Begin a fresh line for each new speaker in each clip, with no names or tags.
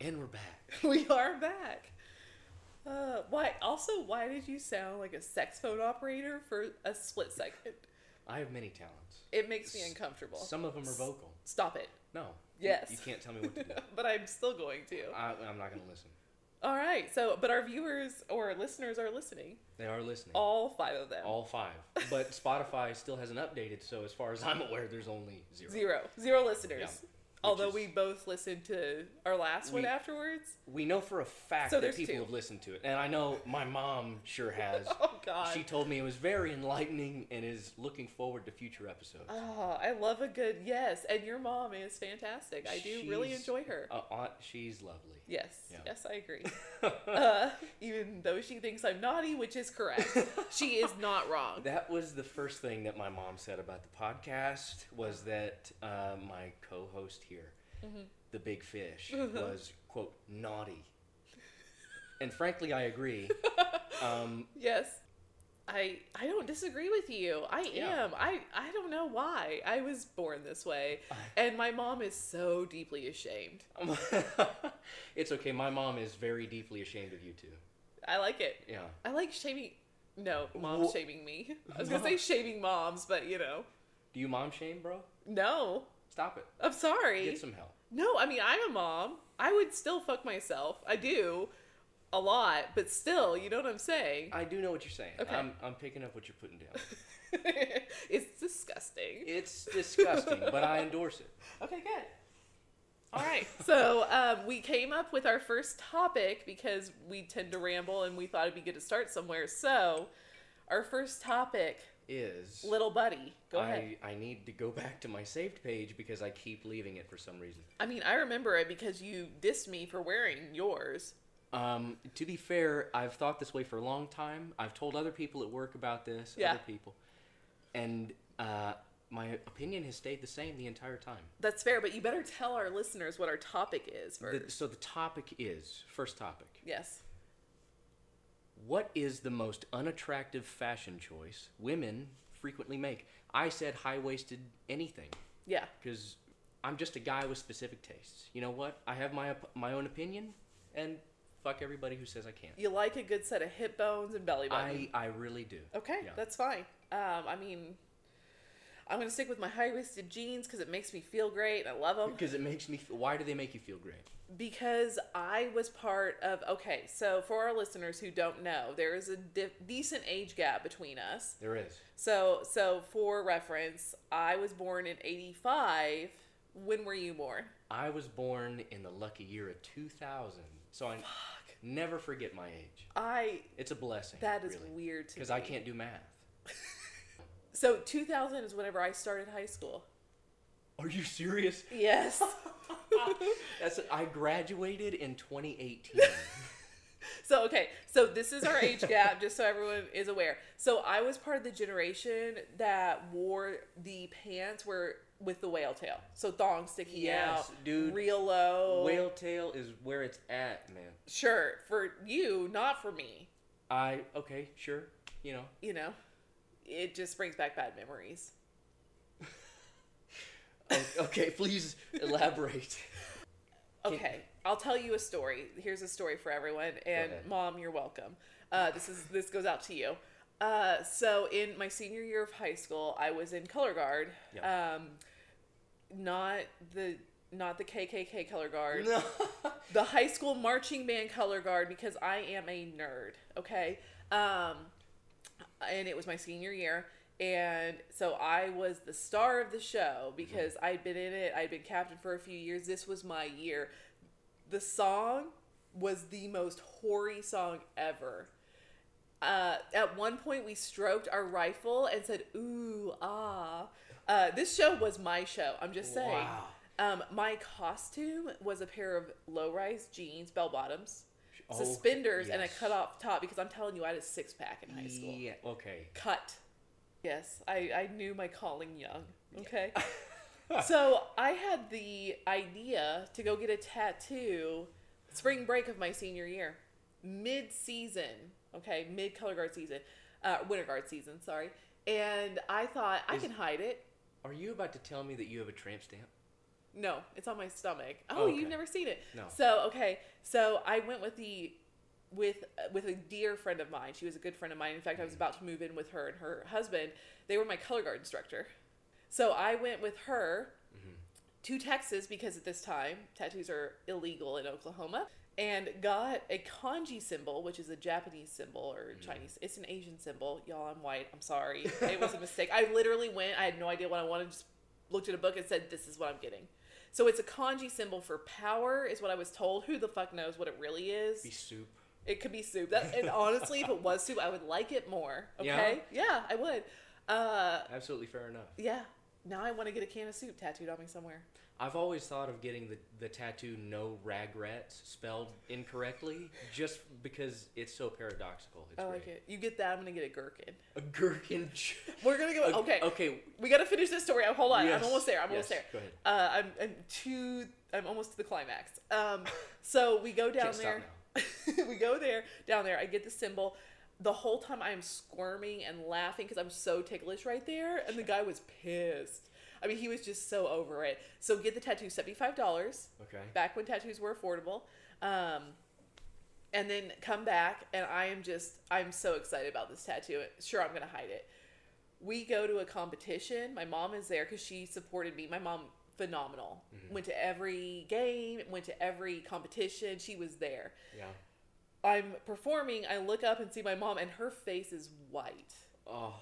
And we're back.
we are back. Uh, why? Also, why did you sound like a sex phone operator for a split second?
I have many talents.
It makes me uncomfortable.
Some of them are vocal.
Stop it.
No.
Yes.
You can't tell me what to do.
but I'm still going to.
I, I'm not going to listen.
All right. So, but our viewers or listeners are listening.
They are listening.
All five of them.
All five. But Spotify still hasn't updated, so as far as I'm aware, there's only zero.
Zero. Zero listeners.
Yeah. Which
Although
is-
we both listened to our last one
We-
afterwards.
We know for a fact
So
that
there's
people
two.
have listened to it. And I know my mom sure has.
Oh God.
she told me it was very enlightening and is looking forward to future episodes.
Oh, I love a good yes, and your mom is fantastic. I do really
She's-
enjoy her.
Uh, aunt, she's lovely.
Yes,
Yeah.
yes, I agree. uh, even though she thinks I'm naughty, which is correct, she is not wrong.
That was the first thing that my mom said about the podcast was that uh, my co-host here, the big fish, was quote naughty, and frankly, I agree. Um,
Yes, I I don't disagree with you. I
Yeah.
am. I I don't know why I was born this way, and my mom is so deeply ashamed.
it's okay. My mom is very deeply ashamed of you too.
I like it.
Yeah,
I like shaming. No, mom's
Wha-
shaming me. I was gonna say shaming moms, but you know,
do you mom shame, bro?
no.
Stop it.
I'm sorry.
Get some help.
No, I mean I'm a mom. I would still fuck myself. I do a lot, but still, you know what I'm saying?
I do know what you're saying.
Okay.
I'm, I'm picking up what you're putting down.
it's disgusting.
It's disgusting, but I endorse it.
Okay, good. All right. so um, we came up with our first topic because we tend to ramble and we thought it'd be good to start somewhere. So our first topic,
Is
little buddy. Go ahead.
I, I need to go back to my saved page because I keep leaving it for some reason.
I mean, I remember it because you dissed me for wearing yours.
Um, to be fair, I've thought this way for a long time. I've told other people at work about this,
Yeah.
other people, and uh, my opinion has stayed the same the entire time.
That's fair, but you better tell our listeners what our topic is first.
The, so the topic is first topic.
yes.
What is the most unattractive fashion choice women frequently make? I said high waisted anything
Yeah.
because I'm just a guy with specific tastes. You know what? I have my op- my own opinion, and fuck everybody who says I can't.
You like a good set of hip bones and belly button.
I I really do.
okay,
Yeah.
that's fine. Um, I mean, I'm gonna stick with my high waisted jeans because it makes me feel great. and I love them
Because it makes me. Feel, why do they make you feel great?
because I was part of. Okay, so for our listeners who don't know, there is a de- decent age gap between us.
There is.
So, so for reference, I was born in '85. When were you born?
I was born in the lucky year of 2000, so I never forget my age.
I
It's a blessing.
that is
really,
weird to me.
Because I can't do math.
So 2000 is whenever I started high school.
Are you serious?
Yes.
That's I graduated in 2018.
So okay, so this is our age gap, just so everyone is aware. So I was part of the generation that wore the pants where with the whale tail, so thong sticking
Yes,
out,
dude.
real low
Whale tail is where it's at, man.
shirt for you, not for me.
I okay, sure. You know,
You know, it just brings back bad memories.
O- okay, please elaborate. Can-
Okay, I'll tell you a story. Here's a story for everyone, and
ahead.
mom, you're welcome. Uh, this is this goes out to you. Uh, so in my senior year of high school, I was in color guard.
Yeah.
Um, not the not the KKK color guard,
No.
the high school marching band color guard because I am a nerd. Okay. Um, and it was my senior year. And so I was the star of the show
Mm-hmm.
because I'd been in it, I'd been captain for a few years. This was my year. The song was the most hoary song ever. Uh, at one point, we stroked our rifle and said, Ooh, ah. Uh, this show was my show. I'm just saying.
Wow.
Um, my costume was a pair of low-rise jeans, bell bottoms,
Oh,
suspenders, and a
yes.
cut-off top because I'm telling you, I had a six-pack in high school.
Yeah. Okay.
Cut. Yes, I, I knew my calling young. Okay. so I had the idea to go get a tattoo spring break of my senior year, mid season. Okay, mid color guard season, uh, winter guard season. Sorry. And I thought I
Is-
can hide it.
Are you about to tell me that you have a tramp stamp?
No, it's on my stomach. Oh,
okay.
you've never seen it.
No.
So okay, so I went with the with with a dear friend of mine. She was a good friend of mine. In fact,
Mm.
I was about to move in with her and her husband. They were my color guard instructor. So I went with her
Mm-hmm.
to Texas because at this time tattoos are illegal in Oklahoma and got a kanji symbol, which is a Japanese symbol
Mm.
or Chinese. It's an Asian symbol. Y'all, I'm white. I'm sorry. It was a mistake. I literally went, I had no idea what I wanted, just looked at a book and said, This is what I'm getting. So it's a kanji symbol for power, is what I was told. Who the fuck knows what it really is?
Be soup.
It could be soup. That, and honestly, if it was soup, I would like it more.
Yeah?
Okay. Yeah, I would. Uh,
Absolutely fair enough.
yeah. Now I want to get a can of soup tattooed on me somewhere.
I've always thought of getting the, the tattoo no ragrets spelled incorrectly just because it's so paradoxical. It's
I
great.
like it. You get that, I'm gonna get a gherkin.
A gherkin. ch-
We're gonna go.
a-
Okay,
Okay.
we gotta finish this story. Hold on,
yes,
I'm almost there. I'm almost
yes,
there.
Go ahead.
Uh, I'm, I'm to. I'm almost to the climax. Um, so we go down
Can't stop
there. we go there down there. I get the symbol. The whole time I'm squirming and laughing because I'm so ticklish right there, and the guy was pissed. I mean, he was just so over it. So get the tattoo, seventy five dollars
Okay.
back when tattoos were affordable. Um, and then come back, and I am just, I'm so excited about this tattoo. Sure, I'm going to hide it. We go to a competition. My mom is there because she supported me. My mom, phenomenal. Went to every game, went to every competition. She was there.
Yeah.
I'm performing. I look up and see my mom, and her face is white
Oh.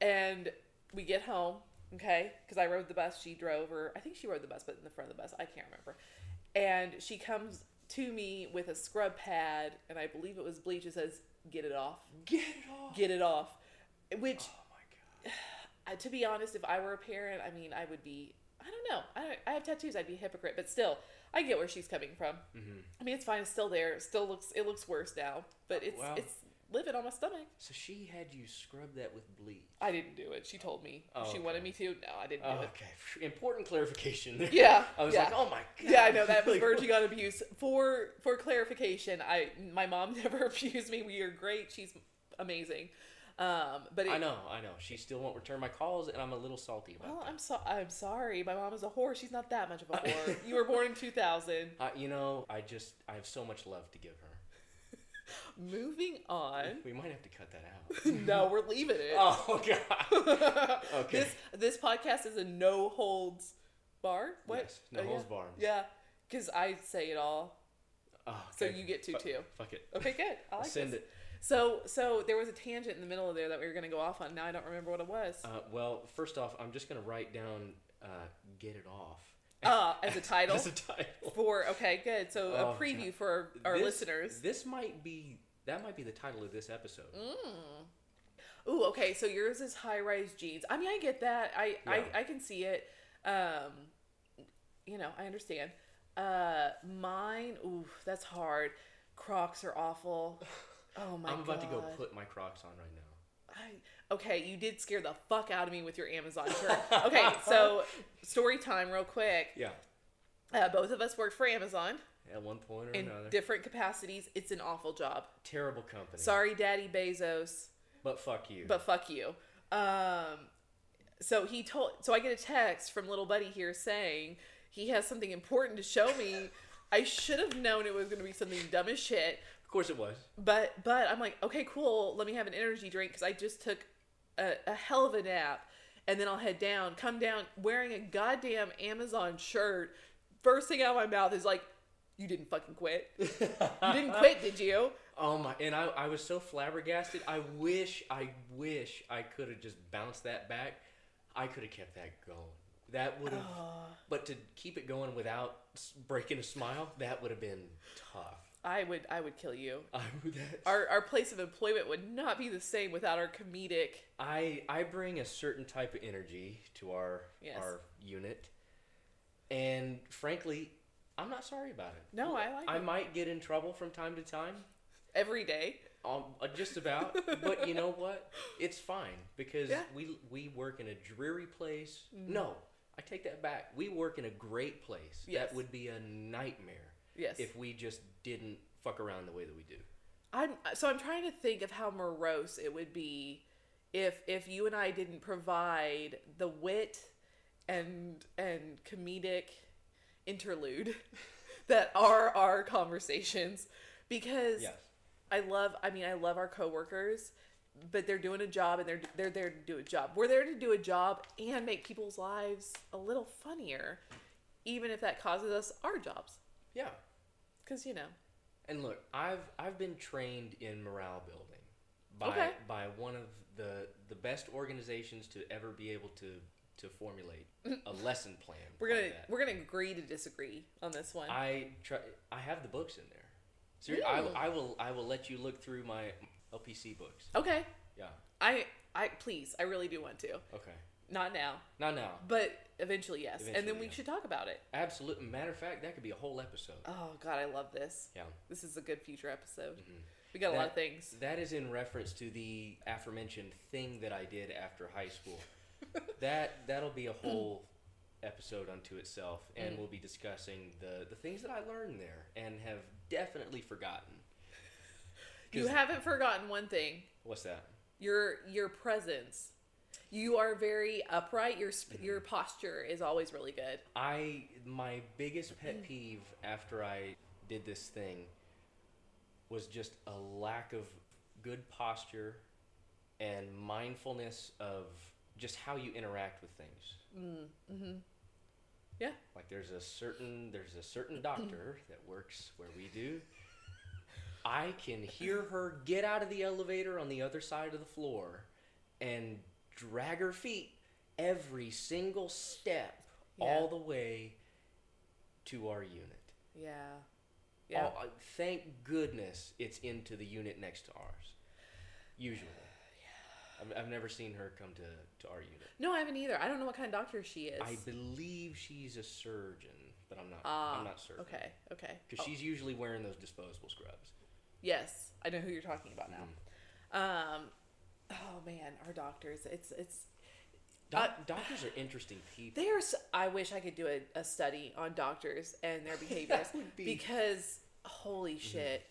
and we get home okay because i rode the bus she drove or i think she rode the bus but in the front of the bus i can't remember and she comes to me with a scrub pad and i believe it was bleach it says get it off
Get it off.
get it off which
oh my god.
I- to be honest if i were a parent i mean i would be i don't know i, don't, I have tattoos i'd be a hypocrite but still i get where she's coming from i mean it's fine it's still there it still looks it looks worse now but it's
Wow.
it's living on my stomach
So she had you scrub that with bleach.
i didn't do it she told me
Oh,
she
okay.
wanted me to no i didn't do it
okay. Important clarification there.
Oh. Yeah,
I was
yeah.
like, oh my god.
Yeah, I know that was
Like,
verging on abuse. For for clarification, I my mom never abused me. We are great. She's amazing. Um, but it,
I know, I know. She still won't return my calls, and I'm a little salty about
Well, I'm so I'm sorry. My mom is a whore. She's not that much of a whore. you were born in 2000.
that. I, you know, I just I have so much love to give her.
Moving on.
We might have to cut that out.
No, we're leaving it.
oh god. okay.
This this podcast is a no holds bar. What? Oh,
Yes, no
yeah.
holds barred.
Yeah, because I say it all,
Oh,
so
okay.
you get two
Fuck-
too.
Fuck it.
Okay, good. I like
Send
this.
it.
So so there was a tangent in the middle of there that we were gonna go off on. Now I don't remember what it was.
Uh, well, first off, I'm just gonna write down uh, "Get It Off"
uh, as a title
as a title.
for okay, good. So
Oh,
a preview for our
This-
listeners. Oh
This might be that might be the title of this episode.
Ooh, okay. So yours is high rise jeans. I mean, I get that. I
Yeah.
I, I can see it. Um, you know, I understand. Uh, mine. Ooh, that's hard. Crocs are awful. Oh my
I'm about to go
God.
put my Crocs on right now.
I, okay, you did scare the fuck out of me with your Amazon shirt. Okay, so story time, real quick.
Yeah,
Uh, both of us worked for Amazon
at one point or
in
another.
different capacities. It's an awful job.
Terrible company.
Sorry, Daddy Bezos,
but fuck you.
but fuck you. Um, so he told. So I get a text from little buddy here saying he has something important to show me. I should have known it was going to be something dumb as shit.
of course it was.
But but I'm like, okay, cool. Let me have an energy drink because I just took a, a hell of a nap, and then I'll head down. Come down wearing a goddamn Amazon shirt. First thing out of my mouth is like, you didn't fucking quit. You didn't quit, did you?
Oh my! And I, I was so flabbergasted. I wish, I wish I could have just bounced that back. I could have kept that going. That would have. But to keep it going without s- breaking a smile, that would have been tough.
I would I would kill you.
I that,
Our our place of employment would not be the same without our comedic.
I I bring a certain type of energy to our
Yes.
our unit, and frankly, I'm not sorry about it.
No, I like
I
it.
might get in trouble from time to time,
every day.
um, uh, just about. but you know what? It's fine because
Yeah. Mm.
we we work in a dreary place. No, I take that back. We work in a great place.
Yes.
That would be a nightmare
Yes.
if we just didn't fuck around the way that we do.
I'm so I'm trying to think of how morose it would be if if you and I didn't provide the wit and and comedic interlude that are our conversations because
Yes.
I love I mean I love our coworkers but they're doing a job and they're they're there to do a job. We're there to do a job and make people's lives a little funnier even if that causes us our jobs
Yeah.
cuz you know.
And look, I've I've been trained in morale building by
Okay.
by one of the the best organizations to ever be able to to formulate a lesson plan.
We're going
like
to
that.
we're going to agree to disagree on this one.
I try. I have the books in there. Seriously, I,
Really?
I will. I will let you look through my LPC books.
okay.
Yeah.
I I please, I really do want to.
Okay.
Not now,
Not now.
but eventually yes. and then
Eventually,
we
yeah.
should talk about it.
Absolutely. Matter of fact, that could be a whole episode.
Oh god, I love this.
Yeah. Mm-hmm.
This is a good future episode. We got a lot
That-
of things.
That is in reference to the aforementioned thing that I did after high school. that that'll be a whole episode unto itself, and we'll be discussing the the things that I learned there and have definitely forgotten.
You
'Cause-
haven't forgotten one thing.
What's that?
Your your presence. You are very upright. Your sp- your
Mm-hmm.
posture is always really good.
I my biggest pet peeve after I did this thing was just a lack of good posture and mindfulness of just how you interact with things.
Mm, mm-hmm. Yeah.
Like there's a certain there's a certain doctor that works where we do. I can hear her get out of the elevator on the other side of the floor and drag her feet every single step all
Yeah.
the way to our unit.
Yeah. Yeah.
Oh, I- thank goodness it's into the unit next to ours. Usually. I've, I've never seen her come to, to our unit.
No, I haven't either. I don't know what kind of doctor she is.
I believe she's a surgeon, but I'm not.
ah,
I'm not certain.
Okay. Oh. Okay.
Because she's usually wearing those disposable scrubs.
Yes, I know who you're talking about now.
Hmm.
Um, oh man, our doctors. It's it's Uh,
Doc, doctors are interesting people.
There's, I wish I could do a, a study on doctors and their behaviors
That would be- Mhm.
because holy shit,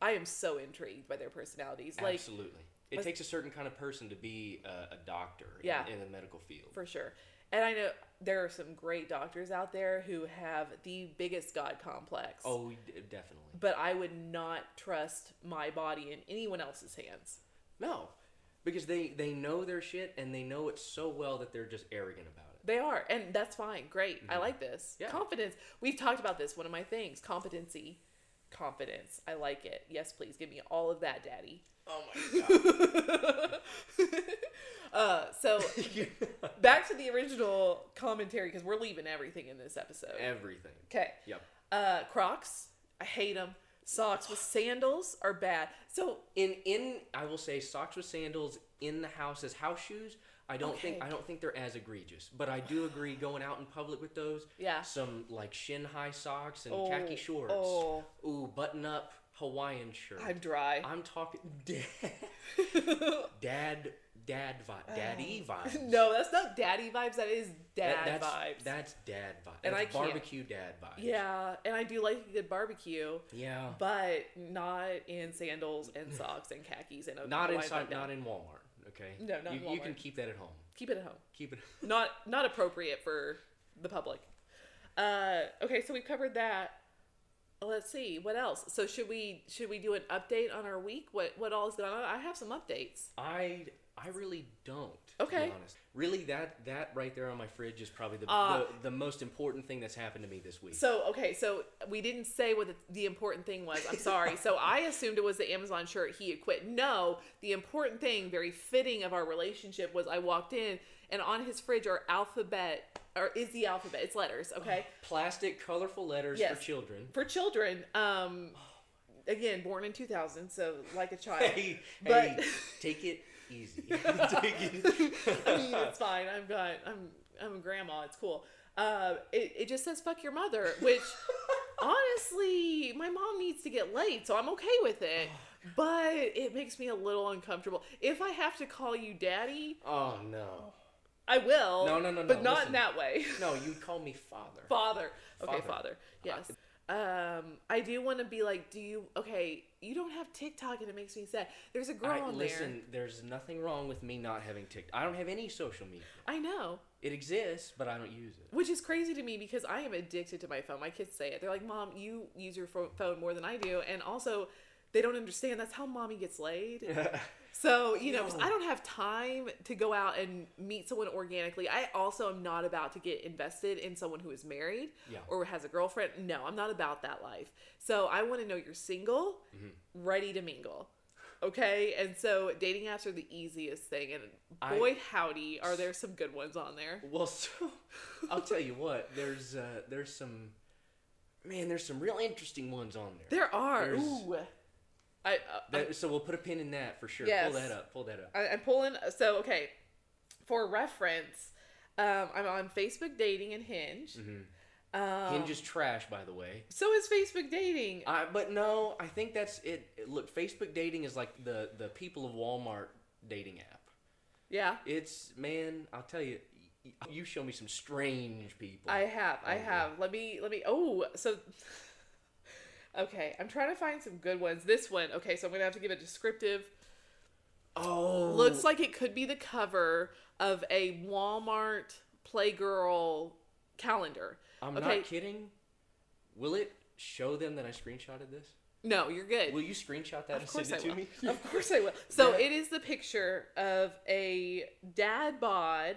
I am so intrigued by their personalities. Like
Absolutely. It
Was-
takes a certain kind of person to be a, a doctor in-
Yeah.
in, the medical field.
for sure. And I know there are some great doctors out there who have the biggest god complex.
oh, d- definitely.
But I would not trust my body in anyone else's hands.
No, because they they know their shit and they know it so well that they're just arrogant about it.
They are, and that's fine. Great, I like this.
Mm-hmm. Yeah.
Confidence. We've talked about this. One of my things, competency, confidence. I like it. Yes, please give me all of that, Daddy.
Oh my
uh, so
god.
back to the original commentary because we're leaving everything in this episode.
Everything.
Okay.
Yep.
Uh, Crocs. I hate them. Socks with sandals are bad. So
In in I will say socks with sandals in the house as house shoes. I don't think
Okay.
I don't think they're as egregious, but I do agree going out in public with those.
Yeah.
Some like shin high socks and
Oh,
khaki shorts.
oh.
Ooh, button up Hawaiian shirt.
I'm dry.
I'm talking dad dad dad vibe daddy vibes.
Uh, no, that's not daddy vibes. That is
That-
dad
that's,
vibes.
That's dad vibes.
And I
That's
can't-
barbecue dad vibes.
yeah, and I do like a good barbecue.
Yeah.
but not in sandals and socks and khakis and a
Not
Hawaiian
inside.
button-down.
Not in Walmart. Okay.
No, not
you,
in
You can
Walmart.
keep that at home.
Keep it at home.
Keep it.
Not not appropriate for the public. Uh, okay, so we've covered that. Let's see what else. So should we should we do an update on our week? What what all is going on? I have some updates.
I I really don't. To
Okay.
be honest. Really, that that right there on my fridge is probably the,
Uh,
the the most important thing that's happened to me this week.
So okay, so we didn't say what the, the important thing was. I'm sorry. so I assumed it was the Amazon shirt he had quit. No, the important thing, very fitting of our relationship, was I walked in and on his fridge are alphabet or is the alphabet? It's letters, okay,
Oh. Plastic, colorful letters
Yes.
for children.
for children. Um, again, born in 2000, so like a child.
Hey,
But-
hey, take it easy. take it.
I mean, it's fine. I've got I'm I'm a grandma. It's cool. Uh, it, it just says fuck your mother, which honestly, my mom needs to get laid, so I'm okay with it. But it makes me a little uncomfortable. If I have to call you daddy,
Oh no,
I will.
No, no, no, no,
But not
listen.
in that way.
no, you call me father.
father. Okay,
Father.
father. Yes. Um, I do want to be like, do you? Okay, you don't have TikTok, and it makes me sad. There's a girl
I,
on there.
listen, there's nothing wrong with me not having TikTok. I don't have any social media.
I know,
It exists, but I don't use it.
which is crazy to me because I am addicted to my phone. My kids say it. They're like, "Mom, you use your pho- phone more than I do," and also, they don't understand that's how mommy gets laid. So, you know, 'cause
No.
I don't have time to go out and meet someone organically. I also am not about to get invested in someone who is married
Yeah.
or has a girlfriend. No, I'm not about that life. So, I want to know you're single, ready to mingle. Okay? And so, dating apps are the easiest thing. And
I-
boy, howdy, are there some good ones on there.
well, so I'll tell you what. There's uh, there's some man. There's some real interesting ones on there.
There are.
There's-
Ooh. I, uh,
That- so we'll put a pin in that for sure.
Yes.
Pull that up. Pull that up.
I, I'm pulling. So okay, for reference, um, I'm on Facebook dating and Hinge. Um,
Mm-hmm. Hinge is trash, by the way.
So is Facebook dating.
I, but no, I think that's it. Look, Facebook dating is like the the people of Walmart dating app.
yeah,
It's man, I'll tell you. y- You show me some strange people.
I have. I
Okay.
have. Let me. Let me. Oh, so. Okay, I'm trying to find some good ones. This one. Okay, so I'm gonna have to give a descriptive.
oh,
Looks like it could be the cover of a Walmart Playgirl calendar.
I'm
okay.
not kidding. Will it show them that I screenshotted this?
No, you're good.
Will you screenshot that
Of
and
course
send it to
I will.
me?
Of course I will. So
Yeah.
it is the picture of a dad bod,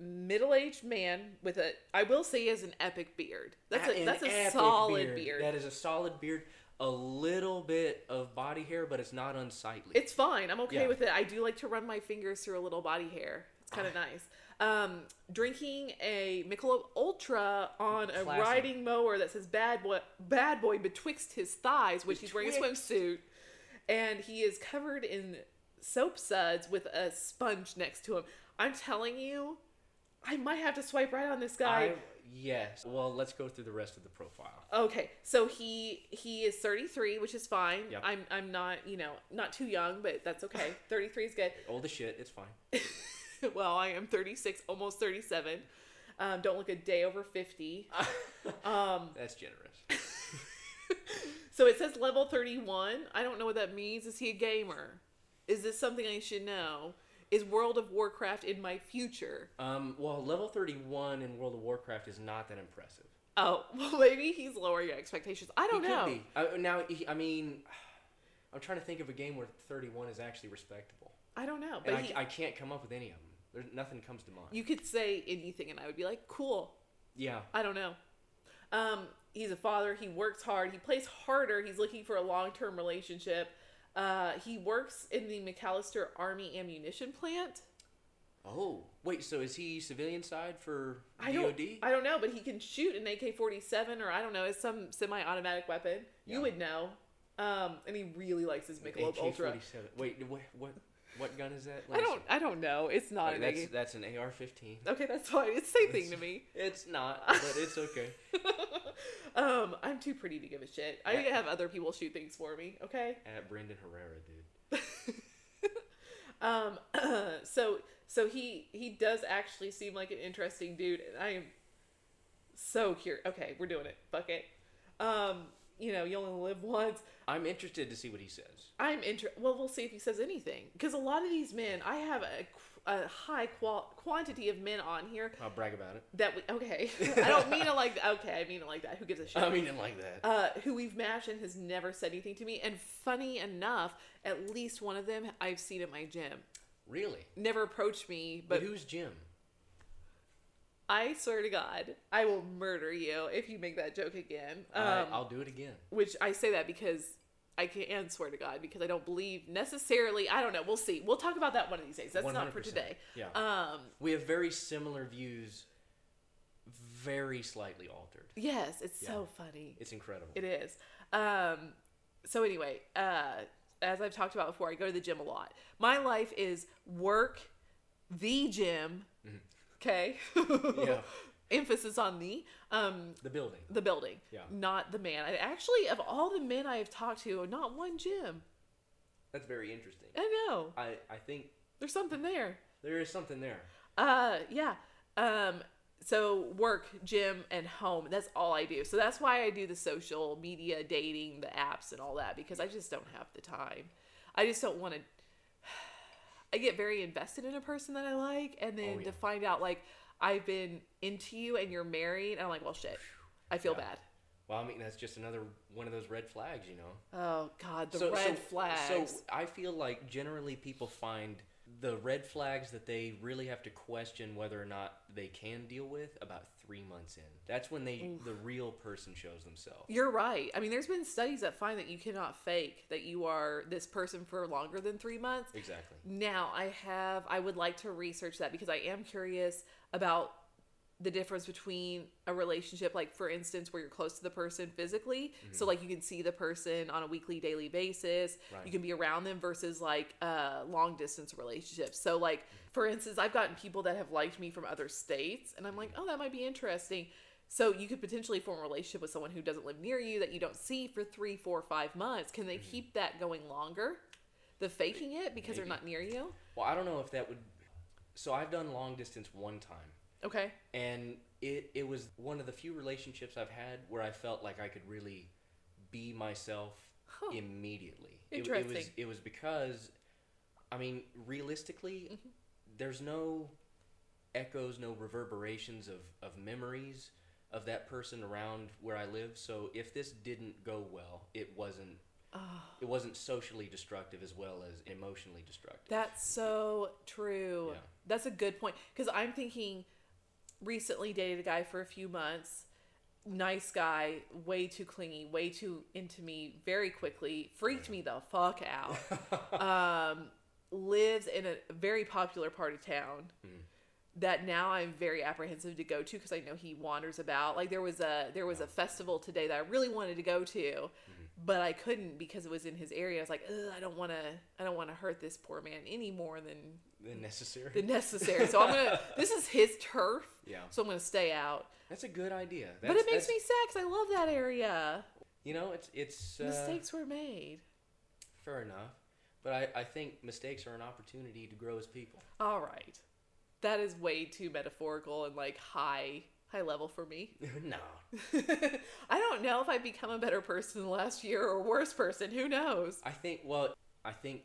middle aged man with a I will say he has an epic beard. That's a
An
that's a
epic
solid beard.
That is a solid beard. A little bit of body hair, but it's not unsightly.
It's fine. I'm okay
Yeah.
with it. I do like to run my fingers through a little body hair. It's kind of
Ah.
nice. Um, drinking a Michelob Ultra on a
Classic.
riding mower that says "Bad Boy," "Bad Boy" betwixt his thighs, which he's wearing a
Betwixt.
swimsuit, and he is covered in soap suds with a sponge next to him. I'm telling you, I might have to swipe right on this guy.
I, yes. Well, let's go through the rest of the profile.
Okay, so he he is 33, which is fine.
Yep.
I'm I'm not you know not too young, but that's okay. 33 is good.
Old as shit. It's fine.
well, I am 36, almost 37. Um, don't look a day over 50. Um,
That's generous.
so it says level 31. I don't know what that means. Is he a gamer? Is this something I should know? Is World of Warcraft in my future?
Um, well, level 31 in World of Warcraft is not that impressive.
Oh, well, maybe he's lowering your expectations. I don't
he
know.
could be. Uh, now, he, I mean, I'm trying to think of a game where 31 is actually respectable.
I don't know.
And
But
I,
he,
I can't come up with any of them. There's, nothing comes to mind.
you could say anything, and I would be like, cool.
yeah.
I don't know. Um, he's a father. He works hard. He plays harder. He's looking for a long term relationship. Uh, he works in the McAllister Army Ammunition Plant.
Oh. Wait, so is he civilian side for
I
DOD?
don't, I don't know, but he can shoot an AK 47 or I don't know, it's some semi automatic weapon.
Yeah.
You would know. Um, and he really likes his Michelob Ultra.
AK-47. Wait, what, what, what gun is that? Let
I
me
don't,
see.
I don't know. It's not
Wait,
an
that's,
AK.
that's an AR-15.
Okay, that's fine. It's the same thing to me.
It's not, but it's okay.
um, I'm too pretty to give a shit. I
Yeah.
need to have other people shoot things for me. Okay.
At Brendan Herrera, dude.
Um, so so he he does actually seem like an interesting dude, and I am so curious. Okay, we're doing it. Fuck it. Um, you know, you only live once.
I'm interested to see what he says.
I'm inter. Well, we'll see if he says anything because a lot of these men, I have a, qu- a high qual- quantity of men on here
I'll brag about it.
that we okay. I don't mean it like okay. I mean it like that. Who gives a shit?
I mean it like that.
uh, who we've matched and has never said anything to me. And funny enough, at least one of them I've seen at my gym.
really?
Never approached me,
But
but
who's Jim?
I swear to God, I will murder you if you make that joke again. Um,
I, I'll do it again.
which I say that because I can swear to God because I don't believe necessarily. I don't know. We'll see. We'll talk about that one of these days. That's not for
100%.
today.
Yeah.
Um.
we have very similar views, very slightly altered.
Yes, it's so funny.
It's incredible.
It is. Um, so anyway, uh, as I've talked about before, I go to the gym a lot. My life is work, the gym. Okay.
Mm-hmm. Yeah.
Emphasis on the. Um,
the building.
the building,
Yeah.
not the man. And actually, of all the men I have talked to, not one Jim.
That's very interesting.
I know
I, I think
there's something there.
there is something there.
Uh, yeah. Um, so work, gym, and home. That's all I do. So that's why I do the social media, dating, the apps, and all that because I just don't have the time. I just don't want to. I get very invested in a person that I like, and then
Oh, yeah.
to find out like I've been into you and you're married, and I'm like, well, shit, I feel
Yeah.
bad.
Well, I mean, that's just another one of those red flags, you know.
Oh God, the red flags.
So I feel like generally people find the red flags that they really have to question whether or not they can deal with about three months in. That's when they the real person shows themselves.
You're right. I mean, there's been studies that find that you cannot fake that you are this person for longer than three months.
Exactly.
Now, I have, I would like to research that because I am curious about the difference between a relationship, like for instance, where you're close to the person physically. So, like, you can see the person on a weekly, daily basis.
Right.
You can be around them versus like uh, long distance relationships. So, like, for instance, I've gotten people that have liked me from other states, and I'm like, oh, that might be interesting. So, you could potentially form a relationship with someone who doesn't live near you that you don't see for three, four, five months. Can they
Mm-hmm.
keep that going longer? The faking it because they're
Maybe.
not near you?
Well, I don't know if that would. So I've done long distance one time,
Okay.
and it it was one of the few relationships I've had where I felt like I could really be myself
Huh.
immediately. It- It, was
Oh. Interesting.
it was because, I mean, realistically,
Mm-hmm.
there's no echoes, no reverberations of of memories of that person around where I live. So if this didn't go well, it wasn't
Oh,
it wasn't socially destructive as well as emotionally destructive.
that's so true.
Yeah.
That's a good point. Because I'm thinking recently dated a guy for a few months. Nice guy, way too clingy, way too into me very quickly. Freaked me the fuck out. um, lives in a very popular part of town
Hmm.
that now I'm very apprehensive to go to because I know he wanders about. Like there was a there was a festival today that I really wanted to go to,
Hmm.
but I couldn't because it was in his area. I was like, Ugh, I don't want to I don't want to hurt this poor man any more than
than necessary.
than necessary. so I'm gonna this is his turf,
yeah,
so I'm gonna stay out.
that's a good idea. That's,
but it makes
that's-
me sad 'cause I love that area.
you know, it's it's uh,
Mistakes were made.
fair enough. But I, I think mistakes are an opportunity to grow as people.
All right, that is way too metaphorical and like high high level for me.
no,
I don't know if I've become a better person in the last year or a worse person. Who knows?
I think well, I think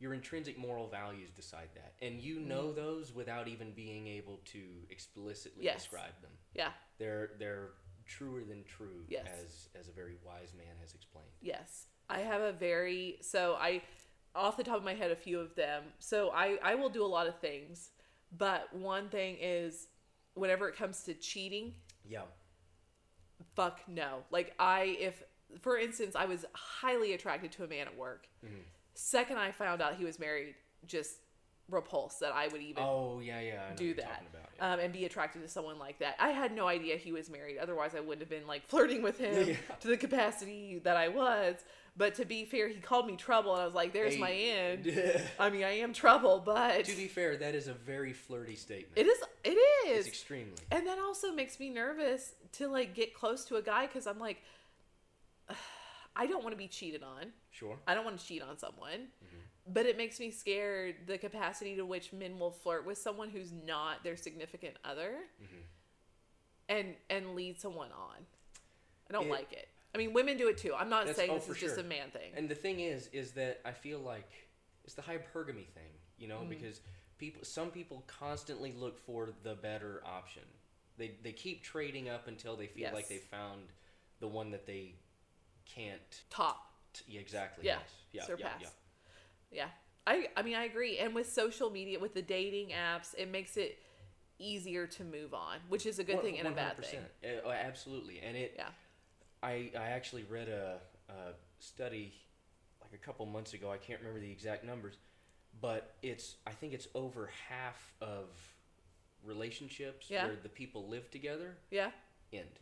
your intrinsic moral values decide that, and you
Mm-hmm.
know those without even being able to explicitly
Yes.
describe them.
Yeah.
They're they're truer than true,
Yes.
as as a very wise man has explained.
Yes. I have a very so I off the top of my head a few of them. So I I will do a lot of things, but one thing is whenever it comes to cheating,
Yeah,
fuck no. Like I if for instance, I was highly attracted to a man at work.
Mm-hmm.
Second I found out he was married, just repulsed that I would even
Oh yeah, yeah. I know
do
what you're
that.
talking about, yeah.
um, and be attracted to someone like that. I had no idea he was married. Otherwise, I wouldn't have been like flirting with him
Yeah.
to the capacity that I was. But to be fair, he called me trouble, and I was like, "There's my
Hey,
end." I mean, I am trouble, Um, but
to be fair, that is a very flirty statement.
it is. It
It's
is.
extremely.
And that also makes me nervous to like get close to a guy because I'm like, I don't want to be cheated on.
Sure.
I don't want to cheat on someone.
Mm-hmm.
But it makes me scared the capacity to which men will flirt with someone who's not their significant other
Mm-hmm.
and and lead someone on. I don't
It-
like it. I mean, women do it too. I'm not
That's-
saying
oh,
this
for
is just a
sure.
man thing.
And the thing is, is that I feel like it's the hypergamy thing, you know,
Mm-hmm.
because people, some people constantly look for the better option. They they keep trading up until they feel like
Yes.
they found the one that they can't.
Top.
T- yeah, exactly.
Yeah.
Yes. Yeah.
Surpass.
Yeah.
Yeah. I I mean, I agree. And with social media, with the dating apps, it makes it easier to move on, which is a
yeah.
good thing and a bad thing.
100%. Uh, oh, absolutely. And it.
Yeah.
I, I actually read a, a study like a couple months ago. I can't remember the exact numbers, but it's I think it's over half of relationships
Yeah.
where the people live together
Yeah.
end.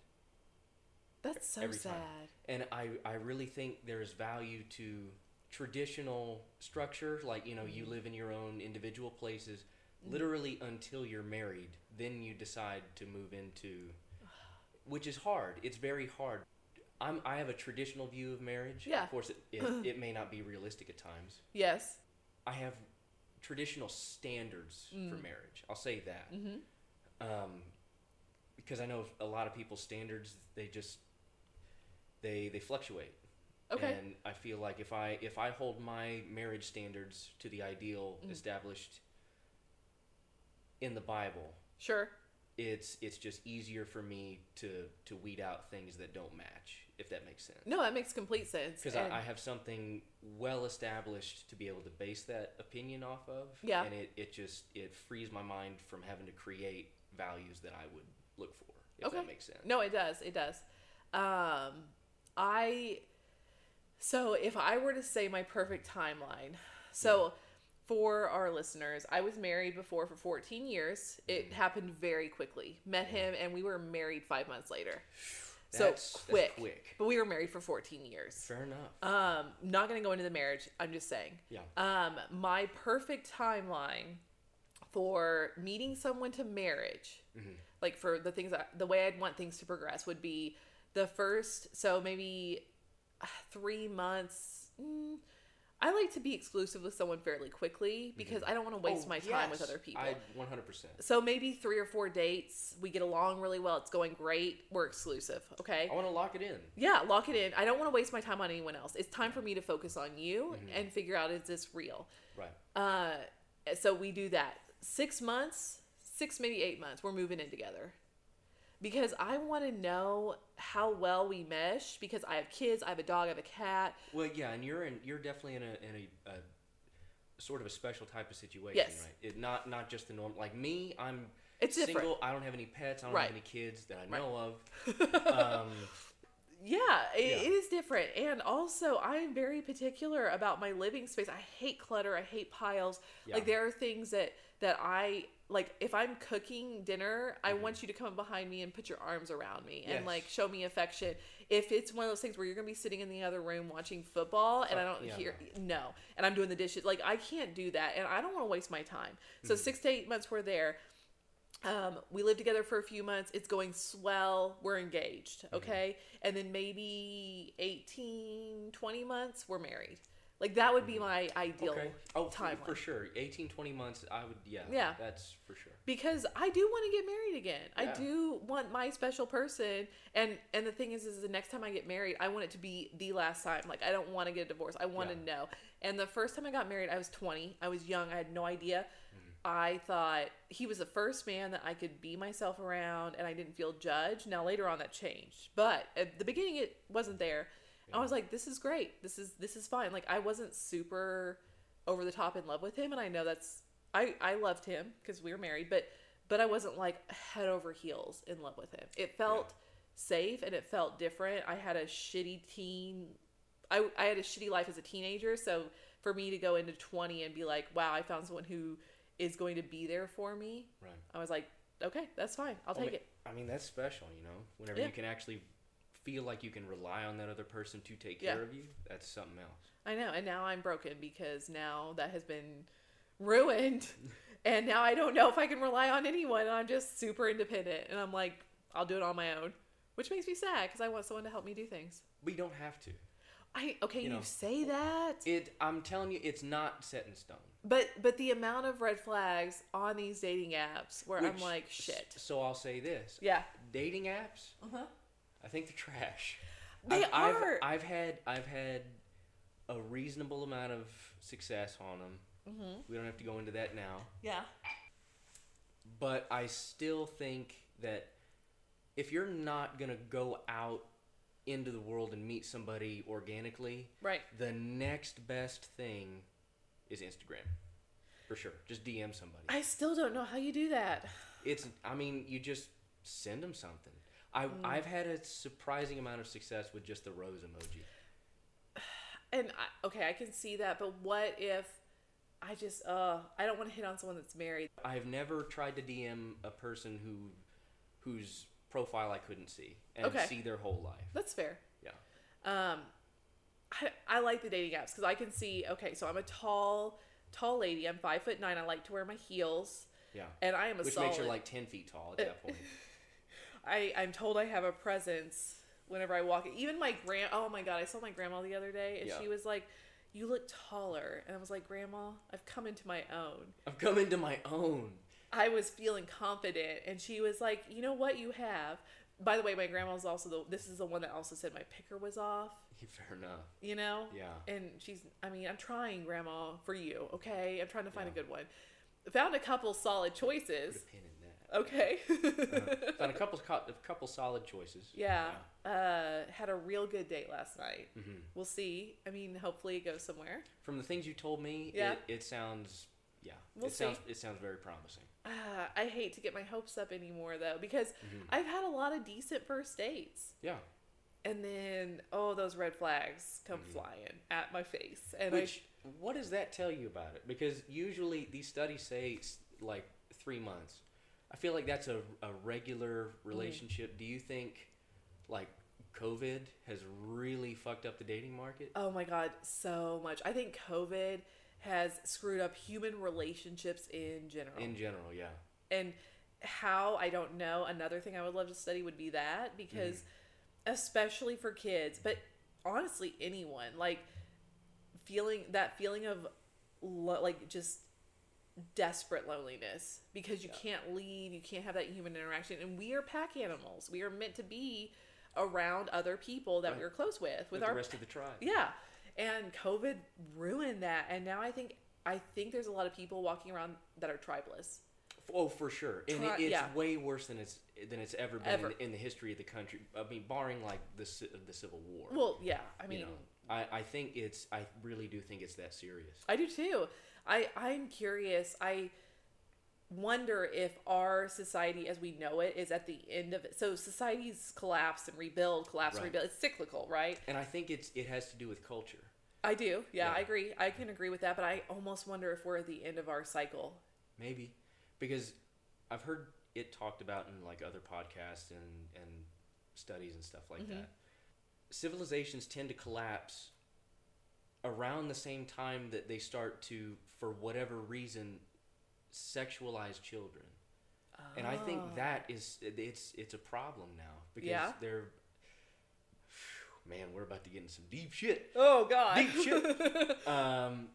That's so
E-, Every
sad.
time. And I, I really think there's value to traditional structure, like you know, you live in your own individual places literally until you're married, then you decide to move into which is hard. It's very hard. I'm I have a traditional view of marriage.
Yeah.
Of course it, it, it may not be realistic at times.
Yes.
I have
Mm-hmm.
traditional standards for marriage. I'll say that. Um, because I know a lot of people's standards they just they they fluctuate.
Okay.
And I feel like if I if I hold my marriage standards to the ideal
Mm.
established in the Bible,
sure.
it's it's just easier for me to to weed out things that don't match, if that makes sense.
No, that makes complete sense.
Because
and-
I, I have something well established to be able to base that opinion off of.
Yeah.
And it, it just it frees my mind from having to create values that I would look for, if
Okay.
that makes sense.
No, it does. It does. Um, I so if I were to say my perfect timeline, so for our listeners, I was married before for 14 years. It happened very quickly. Met him and we were married five months later. So
That's- that's
quick,
quick.
but we were married for 14 years.
Fair enough.
Um, not gonna go into the marriage. I'm just saying.
yeah.
Um, my perfect timeline for meeting someone to marriage,
Mm-hmm.
like for the things that the way I'd want things to progress would be the first, so maybe uh, three months. Mm, I like to be exclusive with someone fairly quickly because I don't want to waste
Oh,
my time with
yes.
other people.
I 100%.
so maybe three or four dates. We get along really well. It's going great. We're exclusive. Okay.
I want to lock it in.
Yeah, lock it in. I don't want to waste my time on anyone else. It's time for me to focus on you and figure out is this real?
Mm-hmm. Right.
Uh, so we do that. Six months, six, maybe eight months, we're moving in together. Because I want to know how well we mesh because I have kids, I have a dog, I have a cat.
Well, yeah, and you're in you're definitely in a in a, a sort of a special type of situation,
Yes.
right? It, not not just the norm. Like me, I'm
It's
single.
different.
I don't have any pets. I don't
Right.
have any kids that I know of. Um,
Yeah, it,
Yeah.
it is different. And also, I am very particular about my living space. I hate clutter. I hate piles.
Yeah.
Like there are things that that I like. If I'm cooking dinner, I want you to come behind me and put your arms around me and
Mm-hmm. Yes.
like show me affection. If it's one of those things where you're gonna be sitting in the other room watching football and I
Fuck,
don't
yeah,
hear no, and I'm doing the dishes, like I can't do that, and I don't want to waste my time. So
Mm-hmm.
six to eight months we're there um, we lived together for a few months. It's going swell. We're engaged.
Mm-hmm.
Okay. And then maybe 18, 20 months, we're married. Like that would be my ideal
Mm-hmm. okay. Oh,
timeline.
for, for sure. 18, 20 months. I would. Yeah.
Yeah.
That's for sure.
Because I do want to get married again.
Yeah.
I do want my special person. And and the thing is, is the next time I get married, I want it to be the last time. Like I don't want to get a divorce. I want
Yeah.
to know. And the first time I got married, I was 20. I was young. I had no idea.
Mm-hmm.
I thought he was the first man that I could be myself around and I didn't feel judged. Now later on that changed. But at the beginning it wasn't there. I was like this is great. This is this is fine. Like I wasn't super over the top in love with him and I know that's I I loved him cuz we were married, but but I wasn't like head over heels in love with him. It felt safe and it felt different. I had a shitty teen I, I had a shitty life as a teenager. So for me to go into 20 and be like, wow, I found someone who is going to be there for me,
Right.
I was like, okay, that's fine. I'll
I
take
mean,
it.
I mean, that's special. You know, whenever
Yeah.
you can actually feel like you can rely on that other person to take
Yeah.
care of you, that's something else.
I know. And now I'm broken because now that has been ruined. and now I don't know if I can rely on anyone. And I'm just super independent. And I'm like, I'll do it on my own, which makes me sad because I want someone to help me do things.
But you don't have to.
I, okay, you,
You know.
say that.
It. I'm telling you, it's not set in stone.
But but the amount of red flags on these dating apps where I'm
Which-
like
s-
shit.
So I'll say this:
Yeah.
dating apps.
Uh-huh.
I think they're trash.
They
I've, I've-
are.
I've, had I've had a reasonable amount of success on them.
Mm-hmm.
We don't have to go into that now,
Yeah.
but I still think that if you're not gonna go out into the world and meet somebody organically,
Right.
the next best thing is Instagram, for sure. Just DM somebody.
I still don't know how you do that.
It's I mean, you just send them something. I
Mm.
I've had a surprising amount of success with just the rose emoji.
And I, okay, I can see that, but what if I just uh I don't want to hit on someone that's married.
I've never tried to DM a person who whose profile I couldn't see and
Okay.
see their whole life.
That's fair.
Yeah.
Um I, I like the dating apps because I can see okay, so I'm a tall tall lady. I'm five foot nine. I like to wear my heels,
Yeah.
and I am a
Which
solid.
makes her like ten feet tall at that point.
I, I'm told I have a presence whenever I walk. Even my grand. Oh my god, I saw my grandma the other day, and
Yeah.
she was like, "You look taller," and I was like, "Grandma, I've come into my own."
I've come into my own.
I was feeling confident, and she was like, "You know what? You have." By the way, my grandma was also the. This is the one that also said my picker was off.
Fair enough.
You know.
Yeah.
And she's. I mean, I'm trying, grandma, for you. Okay, I'm trying to find
Yeah.
a good one. Found a couple solid choices.
Put a pin in that.
Okay.
Uh, found a couple, co- a couple solid choices.
yeah. Uh, had a real good date last night.
Mhm.
We'll see. I mean, hopefully it goes somewhere.
From the things you told me,
Yeah.
it, it sounds yeah.
We'll
it sounds it sounds very promising.
Uh, I hate to get my hopes up anymore though, because I've had a lot of decent first dates.
Mm-hmm. Yeah.
And then, oh, those red flags come flying at my face. And
Mm-hmm. Which what does that tell you about it? Because usually these studies say s- like three months. I feel like that's a, a regular
Mm-hmm.
relationship. Do you think like COVID has really fucked up the dating market?
I, oh my God, so much. I think COVID has screwed up human relationships in general.
In general, yeah.
and how I don't know. Another thing I would love to study would be that because,
Mm-hmm.
especially for kids, but honestly, anyone like feeling that feeling of lo- like just desperate loneliness because you can't leave, you can't have that human interaction, and we are pack animals. We are meant to be around other people that
Right.
we're close with, with
With
our
the rest of the tribe.
yeah. And COVID ruined that, and now I think I think there's a lot of people walking around that are tribeless.
Oh, for sure, and
Try-
it, it's
yeah.
way worse than it's than it's ever been
Ever.
In, in the history of the country. I mean, barring like the ci- the Civil War.
Well, yeah. I mean,
you know, I, I think it's I really do think it's that serious.
I do too. I I'm curious. I wonder if our society as we know it is at the end of it. So societies collapse and rebuild, collapse
Right.
and rebuild. It's cyclical, right?
And I think it's it has to do with culture.
I do. Yeah,
Yeah.
I agree. I can agree with that, but I almost wonder if we're at the end of our cycle.
Maybe because I've heard it talked about in like other podcasts and and studies and stuff
Mm-hmm.
like that. Civilizations tend to collapse around the same time that they start to for whatever reason sexualize children. And I think
Oh.
that is it's it's a problem now because
Yeah.
they're man, we're about to get in some deep shit.
Oh god.
Deep shit. um,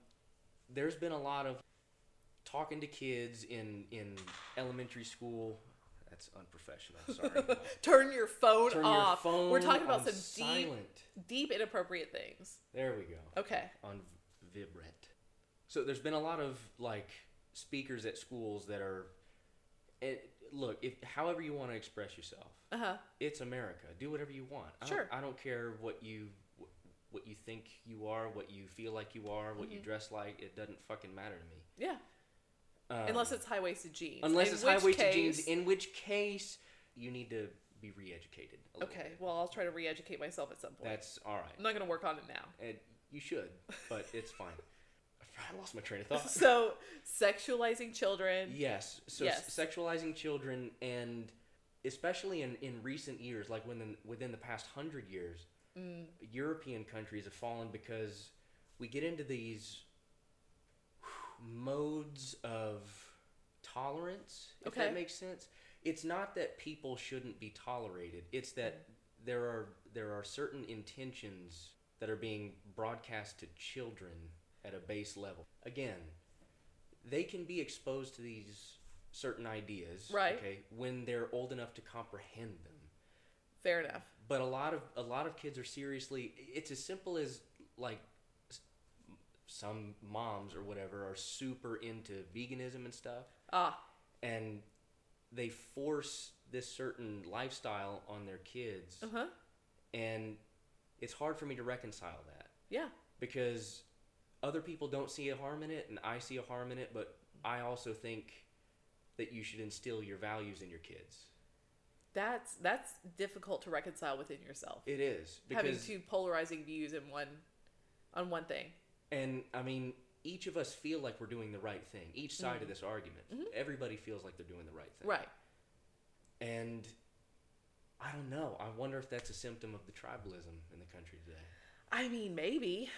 there's been a lot of talking to kids in in elementary school. That's unprofessional. Sorry.
Turn your phone
Turn your
off.
phone.
we're talking about
on
some
silent.
deep deep inappropriate things.
There we go.
Okay.
On Vibrant. So there's been a lot of like speakers at schools that are. It, look, if however you want to express yourself,
Uh-huh.
it's America. Do whatever you want. I
Sure.
Don't, I don't care what you what you think you are, what you feel like you are, what you
Mm-hmm.
dress like. It doesn't fucking matter to me.
Yeah.
Um,
unless it's high-waisted jeans.
unless
In
it's
which
high waisted
case-
jeans, in which case you need to be re-educated. a little
Okay,
bit.
well, I'll try to re-educate myself at some point.
That's all
I'm
right,
not gonna work on it now.
and you should, but it's fine. I lost my train of thought.
So, sexualizing children.
Yes. So
Yes.
sexualizing children and especially in, in recent years, like within, within the past hundred years,
Mm.
European countries have fallen because we get into these modes of tolerance, if
Okay.
that makes sense. It's not that people shouldn't be tolerated. It's that there are there are certain intentions that are being broadcast to children at a base level. Again, they can be exposed to these certain ideas,
Right.
Okay, when they're old enough to comprehend them.
Fair enough.
But a lot of a lot of kids are seriously. It's as simple as like s- some moms or whatever are super into veganism and stuff,
Ah,
and they force this certain lifestyle on their kids,
uh huh.
and it's hard for me to reconcile that
Yeah.
because other people don't see a harm in it and I see a harm in it, but I also think that you should instill your values in your kids.
That's that's difficult to reconcile within yourself.
It is
Having
because
two polarizing views in one on one thing.
and I mean each of us feel like we're doing the right thing. Each side of this argument, everybody feels like they're doing the right thing.
Mm-hmm. Right.
And I don't know. I wonder if that's a symptom of the tribalism in the country today.
I mean, maybe.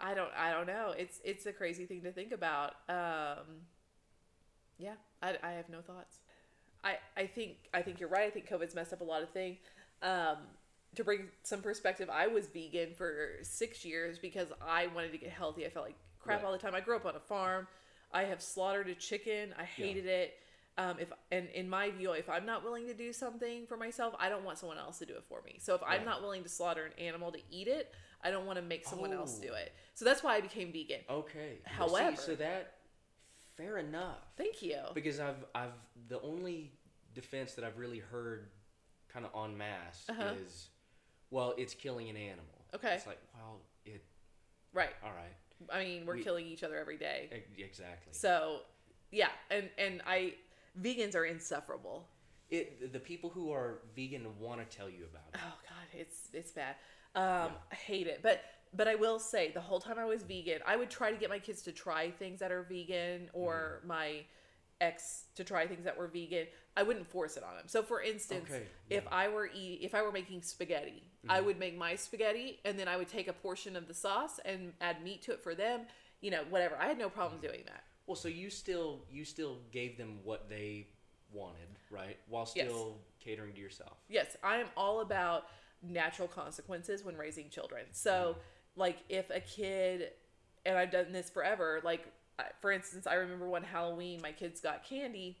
I don't I don't know. It's it's a crazy thing to think about. Um Yeah, I, I have no thoughts. I I think I think you're right. I think COVID's messed up a lot of things. Um to bring some perspective, I was vegan for 6 years because I wanted to get healthy. I felt like crap
Right.
all the time. I grew up on a farm. I have slaughtered a chicken. I hated it. um, if and in my view, if I'm not willing to do something for myself, I don't want someone else to do it for me. So if I'm
Right.
not willing to slaughter an animal to eat it, I don't want to make someone else
Oh.
do it. So that's why I became vegan.
Okay. Well,
However-
see, so that fair enough.
Thank you.
Because I've I've the only defense that I've really heard kind of en masse
Uh-huh.
is well, it's killing an animal.
Okay.
It's like, well, it
Right.
all right.
I mean, we're
We-
killing each other every day.
E- Exactly.
So, yeah, and and I vegans are insufferable.
It the people who are vegan want to tell you about
Oh
it.
god, it's it's bad. Um,
Yeah.
I hate it. But but I will say the whole time I was vegan, I would try to get my kids to try things that are vegan or
Mm-hmm.
my ex to try things that were vegan. I wouldn't force it on them. So for instance,
Okay,
if
yeah. Mm-hmm.
I were eat, if I were making spaghetti, I would make my spaghetti and then I would take a portion of the sauce and add meat to it for them, you know, whatever. I had no problem
Mm-hmm.
doing that.
Well, so you still you still gave them what they wanted, right? While
Yes.
still catering to yourself.
Yes, I am all about natural consequences when raising children. So,
Mm-hmm.
like, if a kid, and I've done this forever, like, I- for instance, I remember one Halloween, my kids got candy.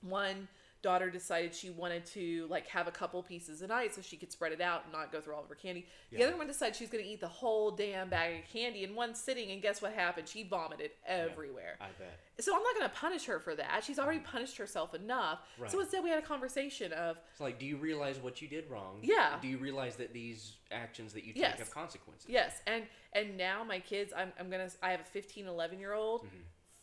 One daughter decided she wanted to, like, have a couple pieces a night so she could spread it out and not go through all of her candy. The
Yeah.
other one decided she was going to eat the whole damn bag of candy in one sitting, and guess what happened? She vomited everywhere.
I bet.
So, I'm not going to punish her for that. She's already punished herself enough. So,
Mm-hmm. Right.
instead, we had a conversation of,
It's like, do you realize what you did wrong?
Yeah.
Do you realize that these actions that you take
Yes.
have consequences?
Yes, and and now my kids, I'm, I'm gonna. I have a 15, 11 year old,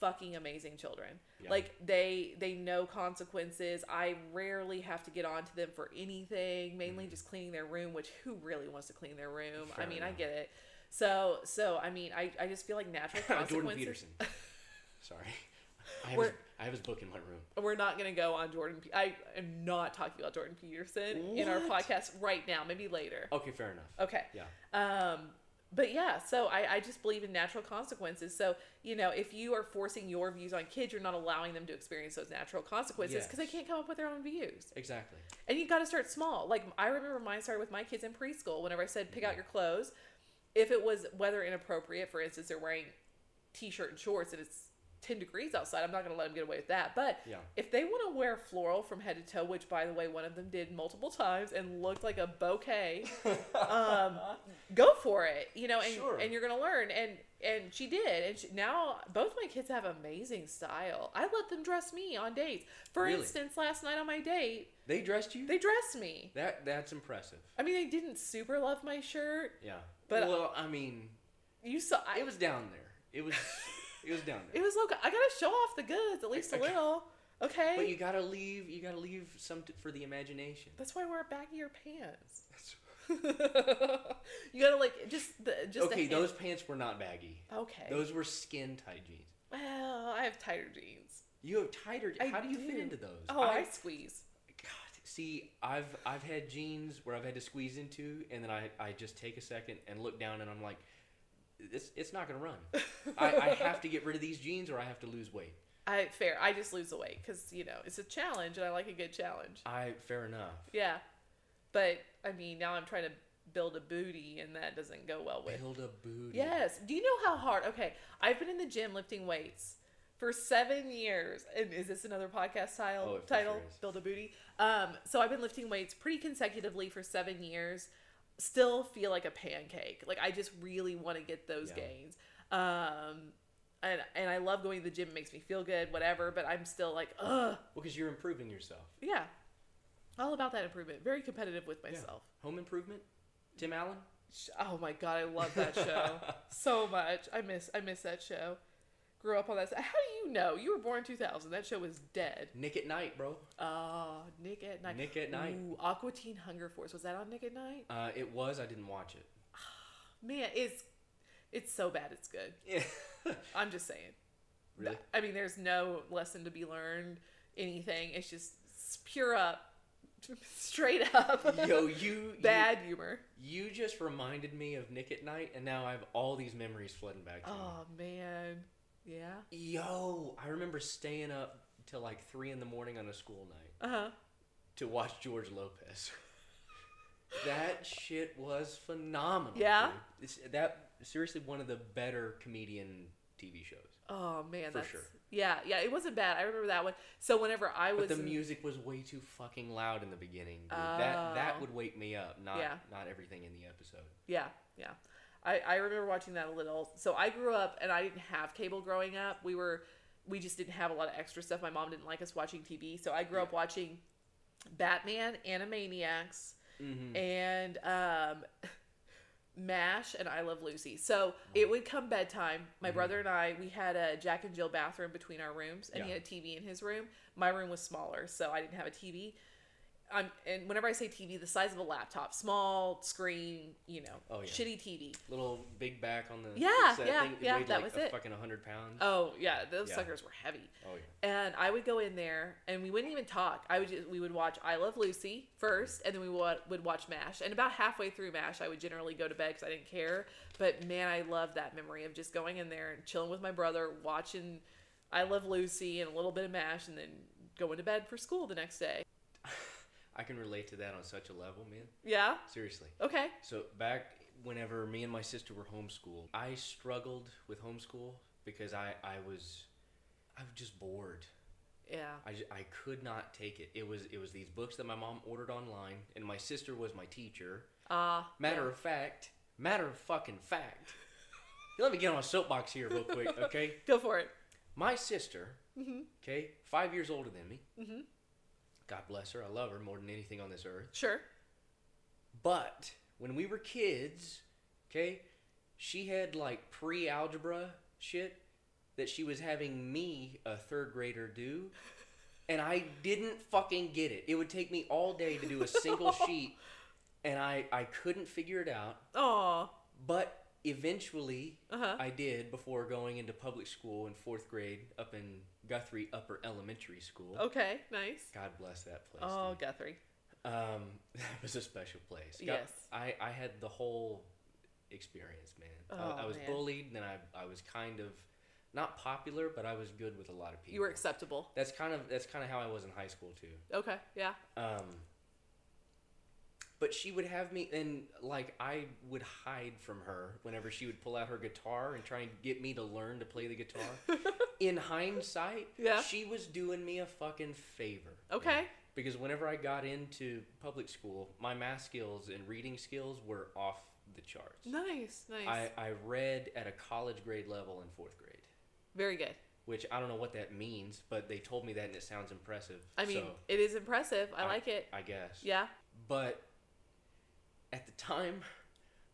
fucking amazing children.
Mm-hmm. Yeah.
Like they they know consequences. I rarely have to get on to them for anything. Mainly just cleaning their room, which who really wants to clean their room?
Mm-hmm. Fair
I mean, I
enough.
get it. So so I mean, I, I just feel like natural consequences.
Jordan Peterson. Sorry. I have, his,
We're-
I have his book in my room.
We're not gonna go on Jordan. Pe- I am not talking about Jordan Peterson in our
What?
podcast right now. Maybe later.
Okay, fair enough.
Okay.
Yeah.
Um, but yeah, so I, I just believe in natural consequences. So, you know, if you are forcing your views on kids, you're not allowing them to experience those natural consequences because
Yes.
they can't come up with their own views.
Exactly.
And you got to start small. Like, I remember mine started with my kids in preschool whenever I said, pick out
Mm-hmm.
your clothes. If it was weather inappropriate, for instance, they're wearing t shirt and shorts and it's 10 degrees outside, I'm not going to let them get away with that. But
Yeah.
if they want to wear floral from head to toe, which by the way, one of them did multiple times and looked like a bouquet, um, go for it, you know, and,
Sure.
and you're going to learn. And, and she did. And she, now both my kids have amazing style. I let them dress me on dates. For
Really?
instance, last night on my date,
They dressed you?
they dressed me.
that That's impressive.
I mean, they didn't super love my shirt.
Yeah.
But-
well, I mean,
You saw, I,
it was down there. It was it was down
it
there.
was local. I gotta show off the goods at least a
Okay.
little, okay?
But you gotta leave. You gotta leave some t- for the imagination.
That's why I wear baggier pants. you gotta like just the just
okay,
the
those pants were not baggy.
hand- okay.
Those were skin tight jeans.
well, I have tighter jeans.
You have tighter.
I
how do you fit
do.
into those?
Oh, I, squeeze.
God, see, I've I've had jeans where I've had to squeeze into, and then I, I just take a second and look down, and I'm like, it's it's not gonna run. I, I have to get rid of these jeans, or I have to lose weight.
I fair. I just lose the weight because you know it's a challenge, and I like a good challenge.
I fair enough.
Yeah, but I mean now I'm trying to build a booty, and that doesn't go well with.
Build a booty.
Yes. Do you know how hard? Okay, I've been in the gym lifting weights for seven years, and is this another podcast style
Oh, it for
title?
sure is.
Build a booty. Um, so I've been lifting weights pretty consecutively for seven years. Still feel like a pancake. Like I just really want to get those
Yeah.
gains. Um, and and I love going to the gym. It makes me feel good, whatever. But I'm still like, ugh,
Well, because you're improving yourself.
yeah. All about that improvement. Very competitive with myself.
Home improvement. Tim Allen.
Sh- Oh my god, I love that show so much. I miss I miss that show. Grew up on that. s- How do you know? You were born 2000. That show was dead.
Nick at Night, bro.
Oh, Nick at Night.
Nick at Night.
Ooh, Aqua Teen Hunger Force. Was that on Nick at Night?
Uh, it was. I didn't watch it.
Man, it's it's so bad it's good.
Yeah.
I'm just saying.
really?
I mean, there's no lesson to be leared, anything. It's just s- pure up, straight up
Yo, you you-
bad humor.
You just reminded me of Nick at Night, and now I have all these memories flooding back to me.
Oh man. Yeah.
Yo, I remember staying up till like three in the morning on a school night
Uh-huh.
to watch George Lopez. that shit was phenomenal.
Yeah?
dude. It's, that seriously one of the better comedian TV shows.
Oh man,
For
that's
sure.
yeah, yeah. It wasn't bad. I remember that one. So whenever I was
But the
in-
music was way too fucking loud in the beginning. Dude. That
Oh.
that would wake me up. Not
Yeah.
not everything in the episode.
Yeah, yeah. I, I remember watching that a little. So I grew up and I didn't have cable growing up. We were we just didn't have a lot of extra stuff. My mom didn't like us watching TV. So I grew up watching Batman, Animaniacs,
Mm-hmm.
and um MASH and I Love Lucy.
Oh.
So it would come bedtime. My
Mhm.
brother and I, we had a Jack and Jill bathroom between our rooms and he
Yeah.
had a TV in his room. My room was smaller, so I didn't have a TV. I'm, and whenever I say TV, the size of a laptop, small screen, you know,
Oh, yeah.
shitty TV.
Little big back on the
Yeah,
set
yeah,
thing. It
yeah,
weighed
that
like
was
a
it.
fucking hundred pounds.
Oh yeah, those
Yeah.
suckers were heavy.
oh yeah.
And I would go in there, and we wouldn't even talk. I would just, we would watch I Love Lucy first, and then we wa- would watch Mash. And about halfway through Mash, I would generally go to bed because I didn't care. But man, I love that memory of just going in there and chilling with my brother, watching I Love Lucy and a little bit of Mash, and then going to bed for school the next day.
I can relate to that on such a level, man.
Yeah.
Seriously.
Okay.
So back whenever me and my sister were homeschooled, I struggled with homeschool because I I was I was just bored.
Yeah.
I, ju- I could not take it. It was it was these books that my mom ordered online, and my sister was my teacher.
Ah.
Matter of fact, matter of fucking fact. Let me get on a soapbox here real quick, okay?
Go for it.
My sister,
Mhm.
okay, five years older than me.
Mhm.
God bless her. I love her more than anything on this earth.
Sure.
But when we were kids, okay, she had like pre algebra shit that she was having me, a third grader, do. And I didn't fucking get it. It would take me all day to do a single sheet, and I, I couldn't figure it out.
Aw.
But eventually,
Uh huh.
I did before going into public school in fourth grade up in Guthrie Upper Elementary School.
Okay. Nice.
God bless that place.
Oh,
dude.
Guthrie.
Um, that was a special place. God-
Yes.
I, I had the whole experience, man. I, I
Oh,
was
man.
bullied, then I, I was kind of not popular, but I was good with a lot of people.
You were acceptable.
that's kind of that's kind of how I was in high school too.
Okay. Yeah.
Um, but she would have me, and like I would hide from her whenever she would pull out her guitar and try and get me to learn to play the guitar. in hindsight,
Yeah.
she was doing me a fucking favor. man.
Okay.
Because whenever I got into public school, my math skills and reading skills were off the charts.
Nice. Nice.
I, I read at a college grade level in fourth grade,
Very good.
which I don't know what that means, but they told me that and it sounds impressive.
I mean,
so
it is impressive. I, like it.
I guess.
Yeah.
But at the time,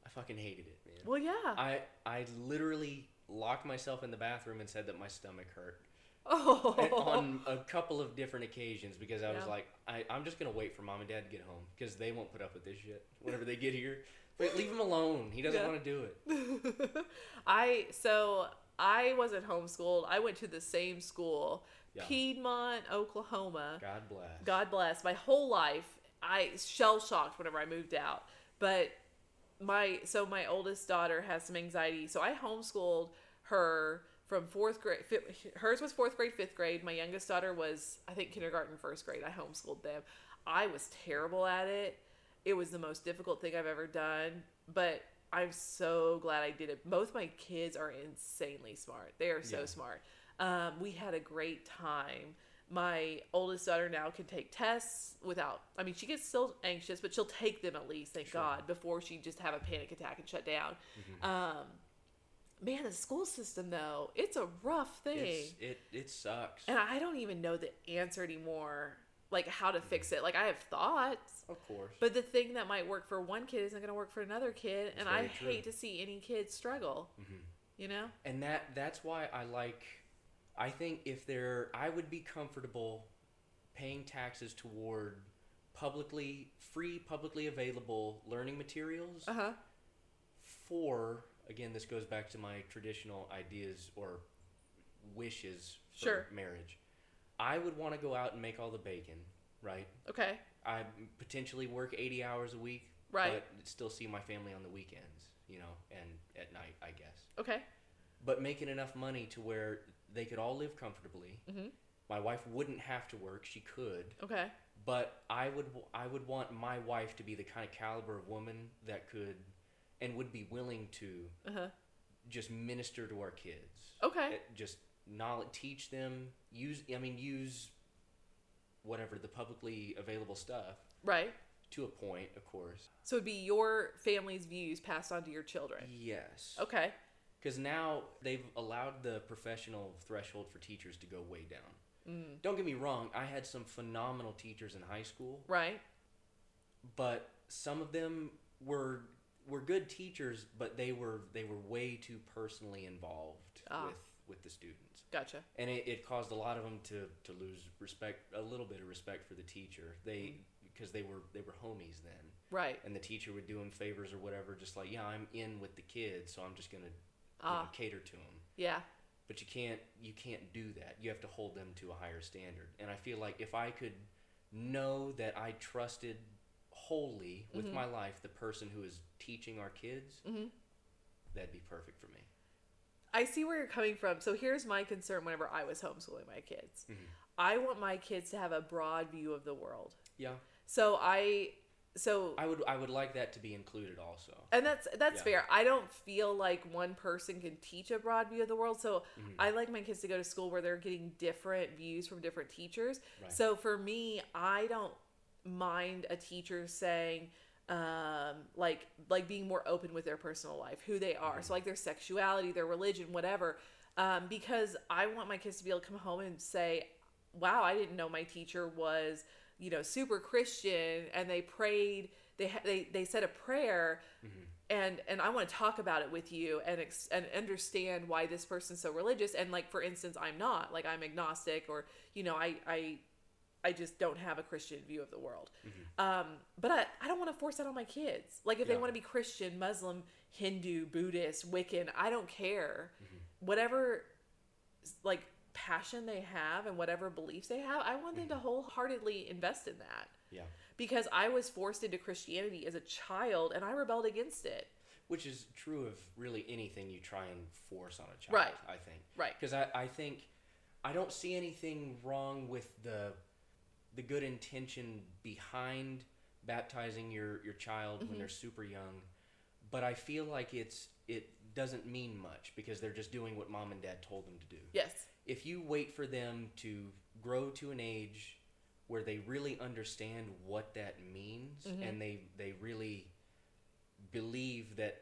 I fucking hated it, man.
Well, yeah.
I, I literally locked myself in the bathroom and said that my stomach hurt
oh.
and on a couple of different occasions because I was
Yeah.
like, I, I'm just gonna wait for mom and dad to get home because they won't put up with this shit whenever they get here. But leave him alone. He doesn't
Yeah.
want to do it.
I so I wasn't homeschooled. I went to the same school,
Yeah.
Piedmont, Oklahoma.
God bless.
God bless. My whole life, I shell shocked whenever I moved out. But my so my oldest daughter has some anxiety, so I homeschooled her from fourth grade. Fifth, hers was fourth grade, fifth grade. My youngest daughter was I think kindergarten, first grade. I homeschooled them. I was terrible at it. It was the most difficult thing I've ever done, but I'm so glad I did it. Both my kids are insanely smart. They are so
Yeah.
smart. Um, we had a great time. My oldest daughter now can take tests without, I mean, she gets still anxious, but she'll take them at least, thank
Sure.
God, before she just have a panic attack and shut down.
Mm-hmm.
Um, man, the school system, though, it's a rough thing.
It's, it it sucks.
and I don't even know the answer anymore, like how to fix it. Like, I have thoughts,
Of course.
but the thing that might work for one kid isn't going to work for another kid, and I
very true.
hate to see any kid struggle. You know?
Mm-hmm. and that that's why I like. I think if there, I would be comfortable paying taxes toward publicly free, publicly available learning materials
Uh huh.
for again this goes back to my traditional ideas or wishes for
Sure.
marriage i would want to go out and make all the bacon right
Okay.
i potentially work 80 hours a week
Right.
but still see my family on the weekends you know and at night i guess
Okay.
but making enough money to where they could all live comfortably
Mhm.
my wife wouldn't have to work she could
Okay.
but I would I would want my wife to be the kind of caliber of woman that could and would be willing to
Uh huh.
just minister to our kids.
Okay.
It- Just knowledge, teach them. Use I mean use whatever the publicly available stuff
Right.
to a point, of course.
So it'd be your family's views passed on to your children.
Yes.
Okay.
Because now they've allowed the professional threshold for teachers to go way down.
Mm,
Don't get me wrong, I had some phenomenal teachers in high school,
Right.
but some of them were were good teachers, but they were they were way too personally involved
Ah.
with with the students,
Gotcha.
and it, it caused a lot of them to to lose respect a little bit of respect for the teacher. They
Mm-hmm.
because they were they were homies then,
Right.
and the teacher would do them favors or whatever, just like yeah, I'm in with the kids, so I'm just gonna you know,
Ah.
cater to them
Yeah.
but you can't you can't do that you have to hold them to a higher standard and i feel like if i could know that i trusted wholly with
Mm-hmm.
my life the person who is teaching our kids that'd be perfect for me
I see where you're coming from. So here's my concern whenever I was homeschooling my kids. I want my kids to have a broad view of the world.
yeah
So I so
i would i would like that to be included also
and that's that's
Yeah.
fair. I don't feel like one person can teach a broad view of the world. So
Mm-hmm.
I like my kids to go to school where they're getting different views from different teachers.
Right.
So for me, I don't mind a teacher saying um like like being more open with their personal life who they are so like their sexuality their religion whatever um because i want my kids to be able to come home and say wow i didn't know my teacher was you know super christian and they prayed they ha- they they said a prayer
Mm-hmm.
and and i want to talk about it with you and ex- and understand why this person's so religious and like for instance i'm not like i'm agnostic or you know i i I just don't have a Christian view of the world. Um, but I, I don't want to force that on my kids. Like, if they
Mm-hmm. Yeah.
want to be Christian, Muslim, Hindu, Buddhist, Wiccan, I don't care. Whatever, like, passion they have and whatever beliefs they have, I want them to wholeheartedly invest in that.
Mm-hmm. yeah
Because I was forced into Christianity as a child and I rebelled against it.
which is true of really anything you try and force on a child
Right.
i think
Right.
because I, I think i don't see anything wrong with the the good intention behind baptizing your your child
Mm-hmm.
when they're super young but i feel like it's it doesn't mean much because they're just doing what mom and dad told them to do
Yes.
if you wait for them to grow to an age where they really understand what that means and they they really believe that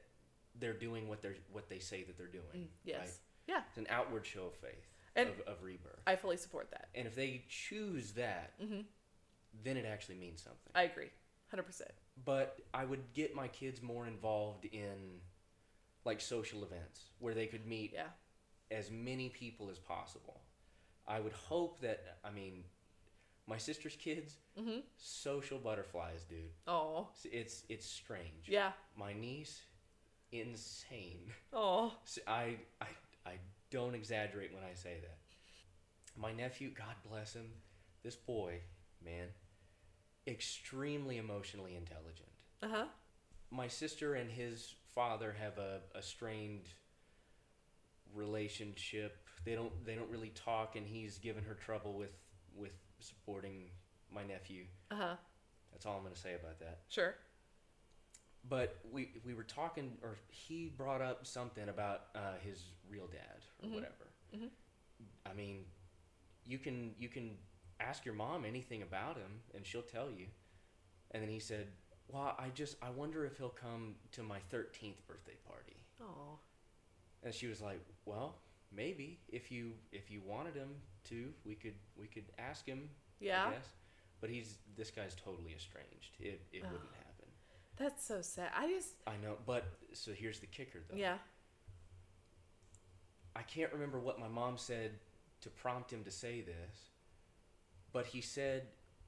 they're doing what they're what they say that they're doing
Yes.
right?
Yeah.
it's an outward show of faith
Mm. And-
of, of rebirth
I fully support that. Mm-hmm.
and if they choose that then it actually means something
I agree. 100%.
but i would get my kids more involved in like social events where they could meet
Yeah.
as many people as possible. I would hope that I mean, my sister's kids,
Mm-hmm.
social butterflies, dude.
Oh.
It's- It's it's strange.
Yeah.
My niece, insane.
Oh.
S- I I I don't exaggerate when I say that. My nephew, God bless him, this boy, man, extremely emotionally intelligent.
Uh
Uh-huh.
huh.
My sister and his father have a, a strained relationship. They don't they don't really talk, and he's given her trouble with with supporting my nephew.
Uh huh.
That's all I'm gonna say about that.
Sure.
But we we were talking, or he brought up something about uh, his real dad or
Mm-hmm.
whatever. I mean, you can you can ask your mom anything about him, and she'll tell you. And then he said, "Well, I just I wonder if he'll come to my thirteenth birthday party."
Oh.
And she was like, "Well, maybe if you if you wanted him to, we could we could ask him."
Yeah.
I guess. But he's this guy's totally estranged. It it
Ugh.
wouldn't happen.
That's so sad. I just
I know, but so here's the kicker though.
yeah.
I can't remember what my mom said to prompt him to say this, but he said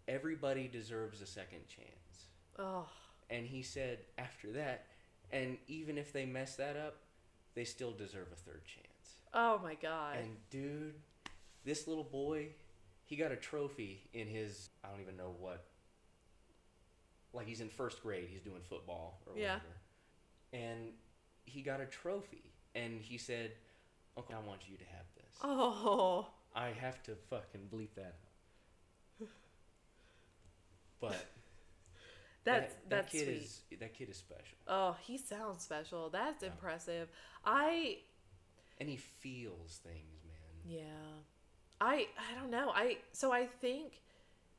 everybody deserves a second chance.
Oh,
And he said after that, and even if they mess that up, they still deserve a third chance.
oh my god.
And dude, this little boy, he got a trophy in his I don't even know what. Like he's in first grade, he's doing football or
Yeah.
whatever. And he got a trophy and he said, "Uncle, I want you to have this."
oh,
I have to fucking bleep that out. But
That's
that,
that's
that kid
sweet.
is that kid is special,
oh, he sounds special. That's
Yeah.
impressive. I
and he feels things, man.
Yeah. I I don't know. I so I think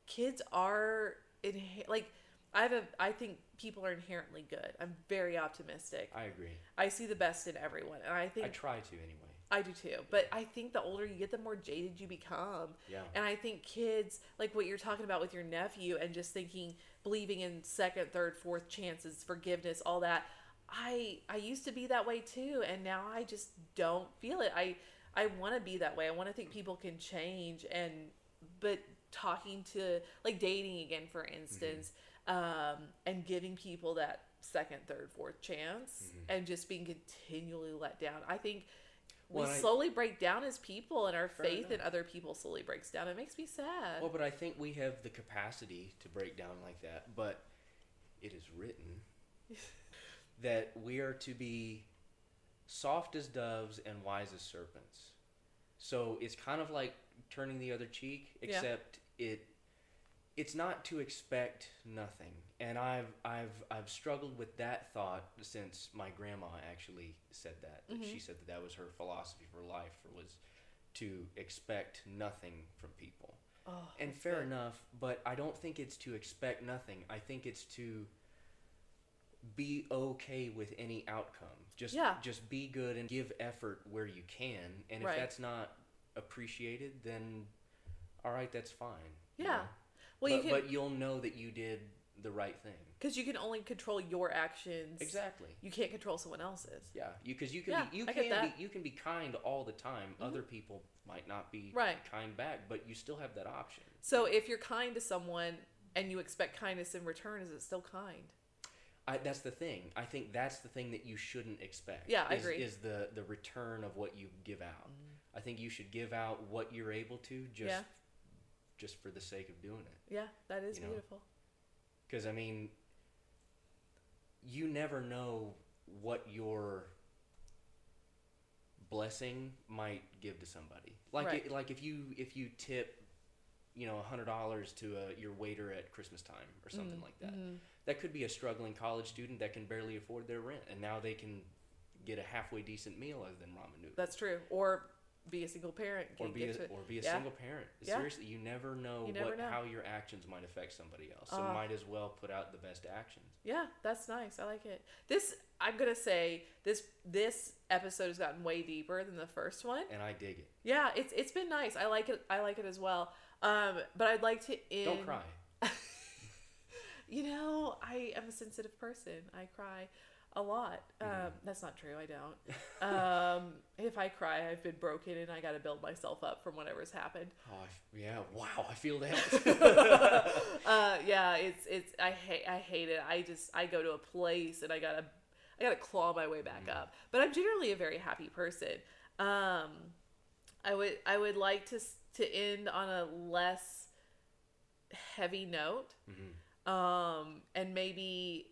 kids are inhe- like I have a I think people are inherently good. I'm very optimistic.
I agree.
I see the best in everyone and I think
I try to anyway.
I do too. But I think the older you get the more jaded you become.
Yeah.
And I think kids like what you're talking about with your nephew and just thinking believing in second, third, fourth chances, forgiveness, all that. I I used to be that way too and now I just don't feel it. I I want to be that way. I want to think people can change and but talking to like dating again for instance um and giving people that second, third, fourth chance
Mm-hmm.
and just being continually let down. I think
Well,
we
and I-
slowly break down as people and our
Fair
faith
enough.
in other people slowly breaks down. It makes me sad.
Well, but I think we have the capacity to break down like that, but it is written that we are to be soft as doves and wise as serpents. So it's kind of like turning the other cheek,
Yeah.
except it it's not to expect nothing. And I've I've I've struggled with that thought since my grandma actually said that. that She said that that was her philosophy for life was to expect nothing from people.
oh,
And
that's
fair
good.
enough, but I don't think it's to expect nothing. I think it's to be okay with any outcome. Just
Yeah.
just be good and give effort where you can. And if
Right.
that's not appreciated, then all right, that's fine. you
Yeah.
know?
Well,
but,
you can
but you'll know that you did the right thing.
because you can only control your actions.
Exactly.
You can't control someone else's.
Yeah, because you, can
Yeah,
be, you
I get
can
that. Mm-hmm.
be you can be kind all the time. Other people might not be
Right.
kind back, but you still have that option.
So if you're kind to someone and you expect kindness in return, is it still kind?
I, that's the thing. I think that's the thing that you shouldn't expect.
Yeah, I
is,
agree. Mm-hmm.
Is the the return of what you give out? I think you should give out what you're able to, just
Yeah.
just for the sake of doing it.
Yeah, that is
You know.
beautiful.
Because I mean, you never know what your blessing might give to somebody. Like
Right.
it, like if you if you tip, you know, hundred dollars to a, your waiter at Christmas time or
Mm-hmm.
something
Mm.
like that. That could be a struggling college student that can barely afford their rent, and now they can get a halfway decent meal other than ramen noodles.
That's true. Or be a single parent.
or
can
be
get
a,
to it.
or be a
Yeah.
single parent.
Yeah.
Seriously, you never know
You never
what
know.
how your actions might affect somebody else. So
Ah.
might as well put out the best actions.
Yeah, that's nice. I like it. This I'm gonna say this this episode has gotten way deeper than the first one.
And I dig it.
Yeah, it's it's been nice. I like it. I like it as well. Um, but I'd like to end.
Don't cry.
You know, I am a sensitive person. I cry a lot. Um, That's not true. I
Oh,
don't. um, if I cry, I've been broken, and I got to build myself up from whatever's happened.
Oh, I f- yeah. Wow, I feel that.
uh, yeah, it's it's I hate I hate it. I just I go to a place and I gotta I gotta claw my way back up. But I'm generally a very happy person. Um, I would I would like to s- to end on a less heavy note,
Mm-hmm.
um, and maybe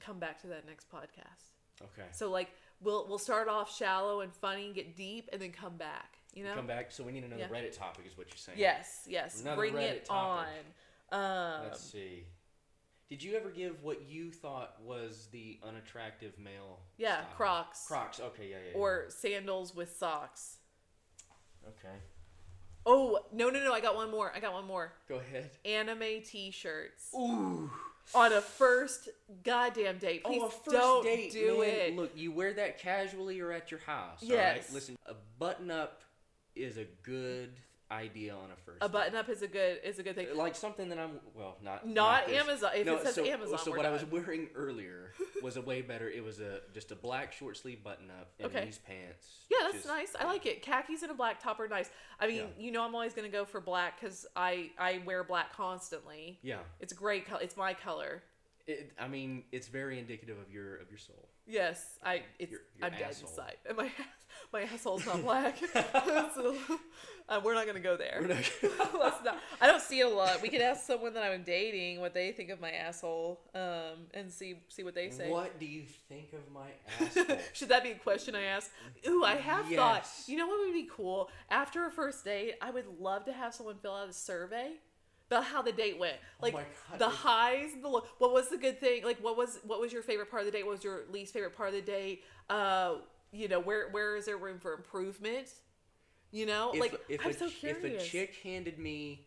come back to that next podcast.
okay.
So like we'll we'll start off shallow and funny and get deep, and then come back. You know.
Come back. So we need another
Yeah.
Reddit topic, is what you're saying.
Yes, yes.
Another
Bring
Reddit
it on.
topic.
Um,
Let's see. Did you ever give what you thought was the unattractive male?
Yeah,
style?
Crocs.
Crocs. Okay. Yeah. Yeah. yeah.
or sandals with socks.
Okay.
Oh no no no! I got one more. I got one more.
Go ahead.
Anime T-shirts
Ooh.
on a first goddamn date. Please
oh, a first
don't
date,
do
man.
it.
Look, you wear that casually or at your house. all
Yes.
right? Listen, a button up is a good idea on a first.
a
date. Uh,
button up is a good is a good thing.
like something that I'm well not
Not
this.
Amazon. If it says
so,
Amazon,
so
we're
what I was
done.
wearing earlier was a way better. It was a just a black short sleeve button up and
Okay.
these pants.
Yeah, that's
Just-
nice. I like it. Khakis and a black top are nice. I mean,
Yeah.
you know, I'm always gonna go for black because I I wear black constantly.
Yeah,
It's a great color. It's my color.
it, I mean it's very indicative of your of your soul.
Yes, I it's
Your- your
I'm dead
asshole.
inside, and my my asshole's not black, so uh, we're not gonna go there.
We're not-
Let's not- I don't see it a lot. We could ask someone that I'm dating what they think of my asshole, um, and see see what they say.
what do you think of my asshole?
Should that be a question I ask? Ooh, I have thought.
Yes.
You know what would be cool? After a first date, I would love to have someone fill out a survey, but the how the date went. Like
Oh my God,
the
it's-
highs, the low. What was the good thing? Like what was what was your favorite part of the date? What was your least favorite part of the date? Uh, you know, where where is there room for improvement? You know,
If,
like
if
I'm
a,
so
ch- if
curious.
a chick handed me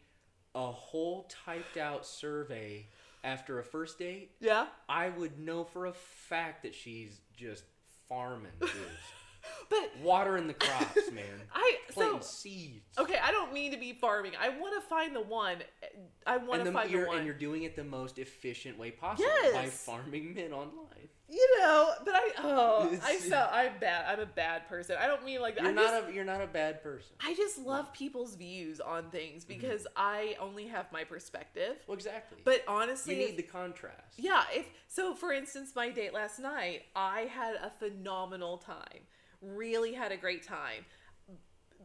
a whole typed out survey after a first date,
yeah.
I would know for a fact that she's just farming, dudes.
But
watering the crops, man,
I so
planting seeds.
okay. I don't mean to be farming. I want to find the one. I
And,
want to
the,
find the
you're,
one.
and you're doing it the most efficient way possible by
Yes.
farming men online.
You know, but I oh,
It's-
I so I'm bad. I'm a bad person. I don't mean like that.
You're
I'm
not
just,
a you're not a bad person.
I just love people's views on things
Mm-hmm.
because I only have my perspective.
Well, exactly.
But honestly,
you need
if-
the contrast.
yeah. If so, for instance, my date last night, I had a phenomenal time. Really had a great time,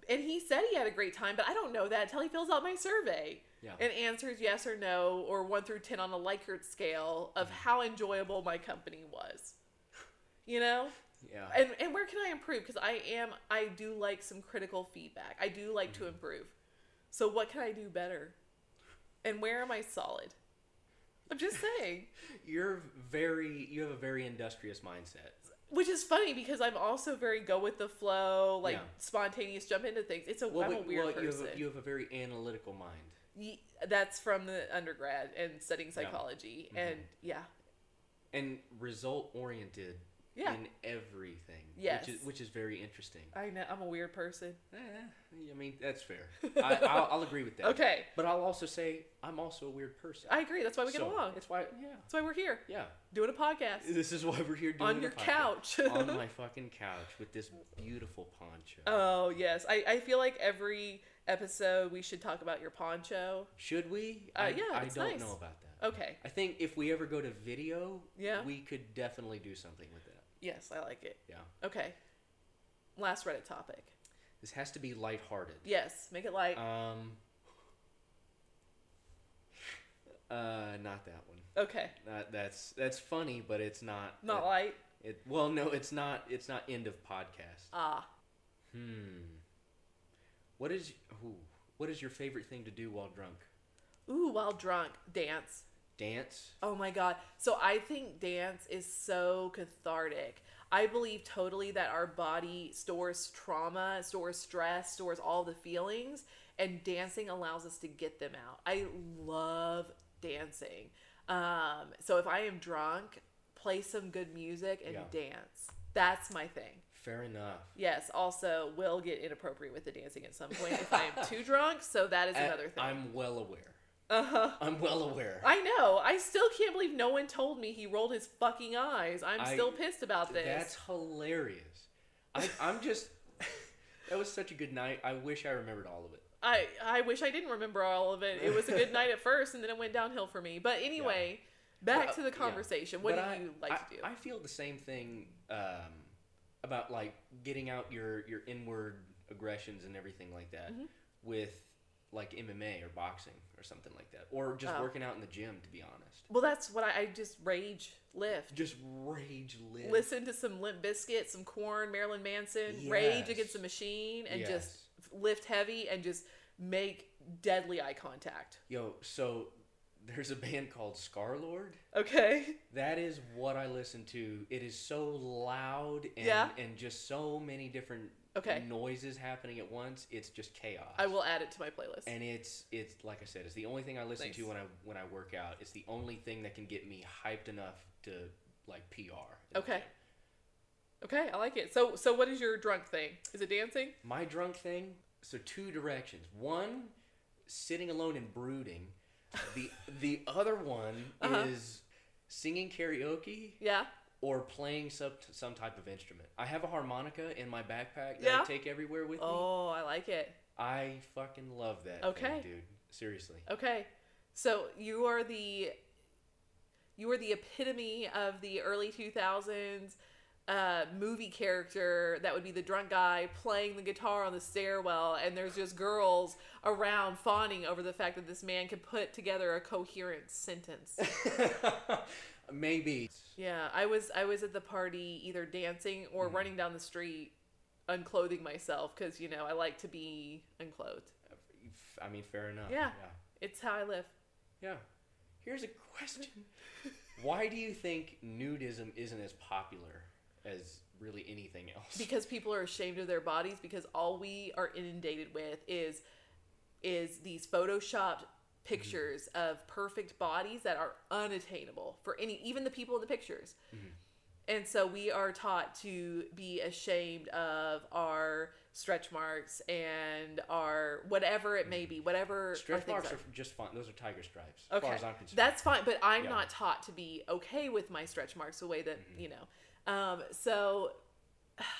and he said he had a great time. But I don't know that until he fills out my survey
Yeah.
and answers yes or no or one through ten on a Likert scale of
Mm-hmm.
how enjoyable my company was. You know.
yeah.
and and where can I improve? Because I am I do like some critical feedback. I do like
Mm-hmm.
to improve. So what can I do better? And where am I solid? I'm just saying.
You're very you have a very industrious mindset.
Which is funny because I'm also very go with the flow, like
Yeah.
spontaneous jump into things. It's a
Well,
am a
but-
weird
well, you have
person.
a, you have a very analytical mind.
Ye- That's from the undergrad and studying psychology,
Mm-hmm.
and yeah,
and result oriented
Yeah.
in everything.
Yes.
which is, which is very interesting.
I know I'm a weird person.
Eh, I mean, that's fair. I, I'll, I'll agree with that.
Okay,
but I'll also say I'm also a weird person.
I agree. That's why we get
So,
along.
That's why, yeah,
That's why we're here
yeah.
doing a podcast
This is why we're here doing
on
the
your
podcast.
couch.
on my fucking couch with this beautiful poncho.
Oh yes, I, I feel like every episode we should talk about your poncho.
Should we?
Uh,
I,
yeah,
I
it's
don't
nice.
know about that.
Okay,
I think if we ever go to video,
Yeah.
we could definitely do something with that.
yes, I like it.
Yeah,
Okay, last Reddit topic.
this has to be lighthearted.
Yes, make it light.
Um. Uh, not that one.
okay,
That, that's that's funny, but it's not.
not
it,
light.
it. Well, no, it's not. It's not end of podcast.
Ah,
Hmm. What is ooh, what is your favorite thing to do while drunk?
ooh, while drunk, dance.
Dance.
Oh my god. So I think dance is so cathartic. I believe totally that our body stores trauma, stores stress, stores all the feelings, and dancing allows us to get them out. I love dancing. Um, so if I am drunk, play some good music and
Yeah.
dance. That's my thing.
Fair enough.
Yes, also will get inappropriate with the dancing at some point if I am too drunk, so that is
A-
another thing.
I'm well aware.
uh-huh.
I'm well aware.
I know. I still can't believe no one told me he rolled his fucking eyes. I'm
I-
still pissed about this.
That's hilarious. I, I'm just. that was such a good night. I wish I remembered all of it.
I I wish I didn't remember all of it. It was a good night at first, and then it went downhill for me. But anyway, back
Well,
to the
yeah.
conversation. What
But
do
I-
you like
I,
to do?
I feel the same thing um, about like getting out your your inward aggressions and everything like that
Mm-hmm.
with like MMA or boxing or something like that, or just
Oh.
working out in the gym. To be honest,
well, that's what I, I just rage lift.
just rage live.
Listen to some Limp Biscuit, some Corn, Marilyn Manson, rage
Yes.
against the machine, and
Yes.
just lift heavy and just make deadly eye contact.
yo. So there's a band called Scarlord.
Okay.
That is what I listen to. It is so loud and
Yeah.
and just so many different
Okay.
Mm. noises happening at once. It's just chaos.
I will add it to my playlist.
and it's it's like I said, it's the only thing I listen to
Nice.
when I when I work out. It's the only thing that can get me hyped enough to like PR. in the
Okay.
gym.
Okay, I like it. So, so what is your drunk thing? Is it dancing?
My drunk thing. So two directions. One, sitting alone and brooding. The the other one
Uh-huh.
is singing karaoke
Yeah.
or playing some some type of instrument. I have a harmonica in my backpack that
Yeah.
I take everywhere with me.
Oh, I like it.
I fucking love that.
Okay.
thing, dude. Seriously.
Okay, so you are the you are the epitome of the early two thousands uh, movie character that would be the drunk guy playing the guitar on the stairwell, and there's just girls around fawning over the fact that this man could put together a coherent sentence.
Maybe.
Yeah, I was I was at the party either dancing or running down the street, unclothing myself because you know I like to be unclothed.
I mean, fair enough.
Yeah. It's how I live.
Yeah. Here's a question. Why do you think nudism isn't as popular as really anything else?
because people are ashamed of their bodies because all we are inundated with is is these photoshopped pictures
Mm-hmm.
of perfect bodies that are unattainable for any even the people in the pictures
Mm-hmm.
and so we are taught to be ashamed of our stretch marks and our whatever it may be whatever our
Mm-hmm. Stretch
things
marks are just fine. Those are tiger stripes, as
Okay.
far as I'm concerned.
That's fine, but I'm
Yeah. Mm-hmm.
not taught to be okay with my stretch marks the way that, you know. Um, so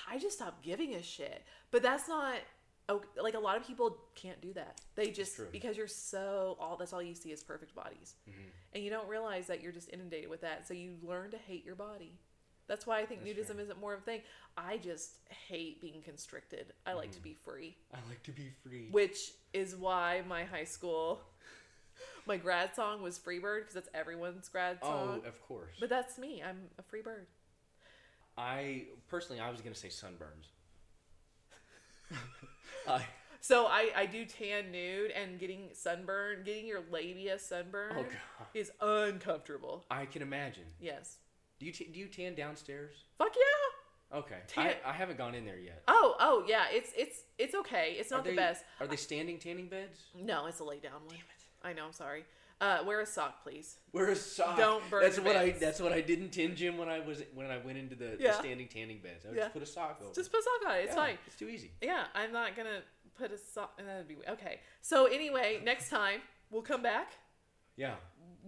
I just stopped giving a shit. But that's not okay. like a lot of people can't do that. They just
true.
because you're so all that's all you see is perfect bodies.
Mm-hmm.
And you don't realize that you're just inundated with that. So you learn to hate your body. That's why I think
That's
nudism
fair.
isn't more of a thing. I just hate being constricted. I like to
Mm.
be free
I like to be free.
which is why my high school my grad song was freebird because that's everyone's grad
oh,
song
of course.
but that's me i'm a free bird
I personally, I was gonna say sunburns. I, oh,
so i i do tan nude and getting sunburn getting your labia sunburn
oh god,
is uncomfortable
I can imagine.
yes
Do you t- do you tan downstairs?
fuck yeah
Okay,
Tan-
I, I haven't gone in there yet.
oh oh yeah it's it's it's okay it's not
are they,
the best
Are they standing tanning beds?
no it's a lay down one i know i'm sorry uh wear a sock please
Wear a sock.
Don't burn
That's what I.
beds.
That's what I did in Tin Gym when I was when I went into the, the
Yeah.
standing tanning beds. I would
Yeah.
just put a sock over.
just put a sock on it it's
Oh. Yeah,
fine
It's too easy.
Yeah, I'm not gonna put a sock. That'd be okay. So anyway, next time we'll come back.
Yeah.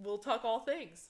We'll talk all things.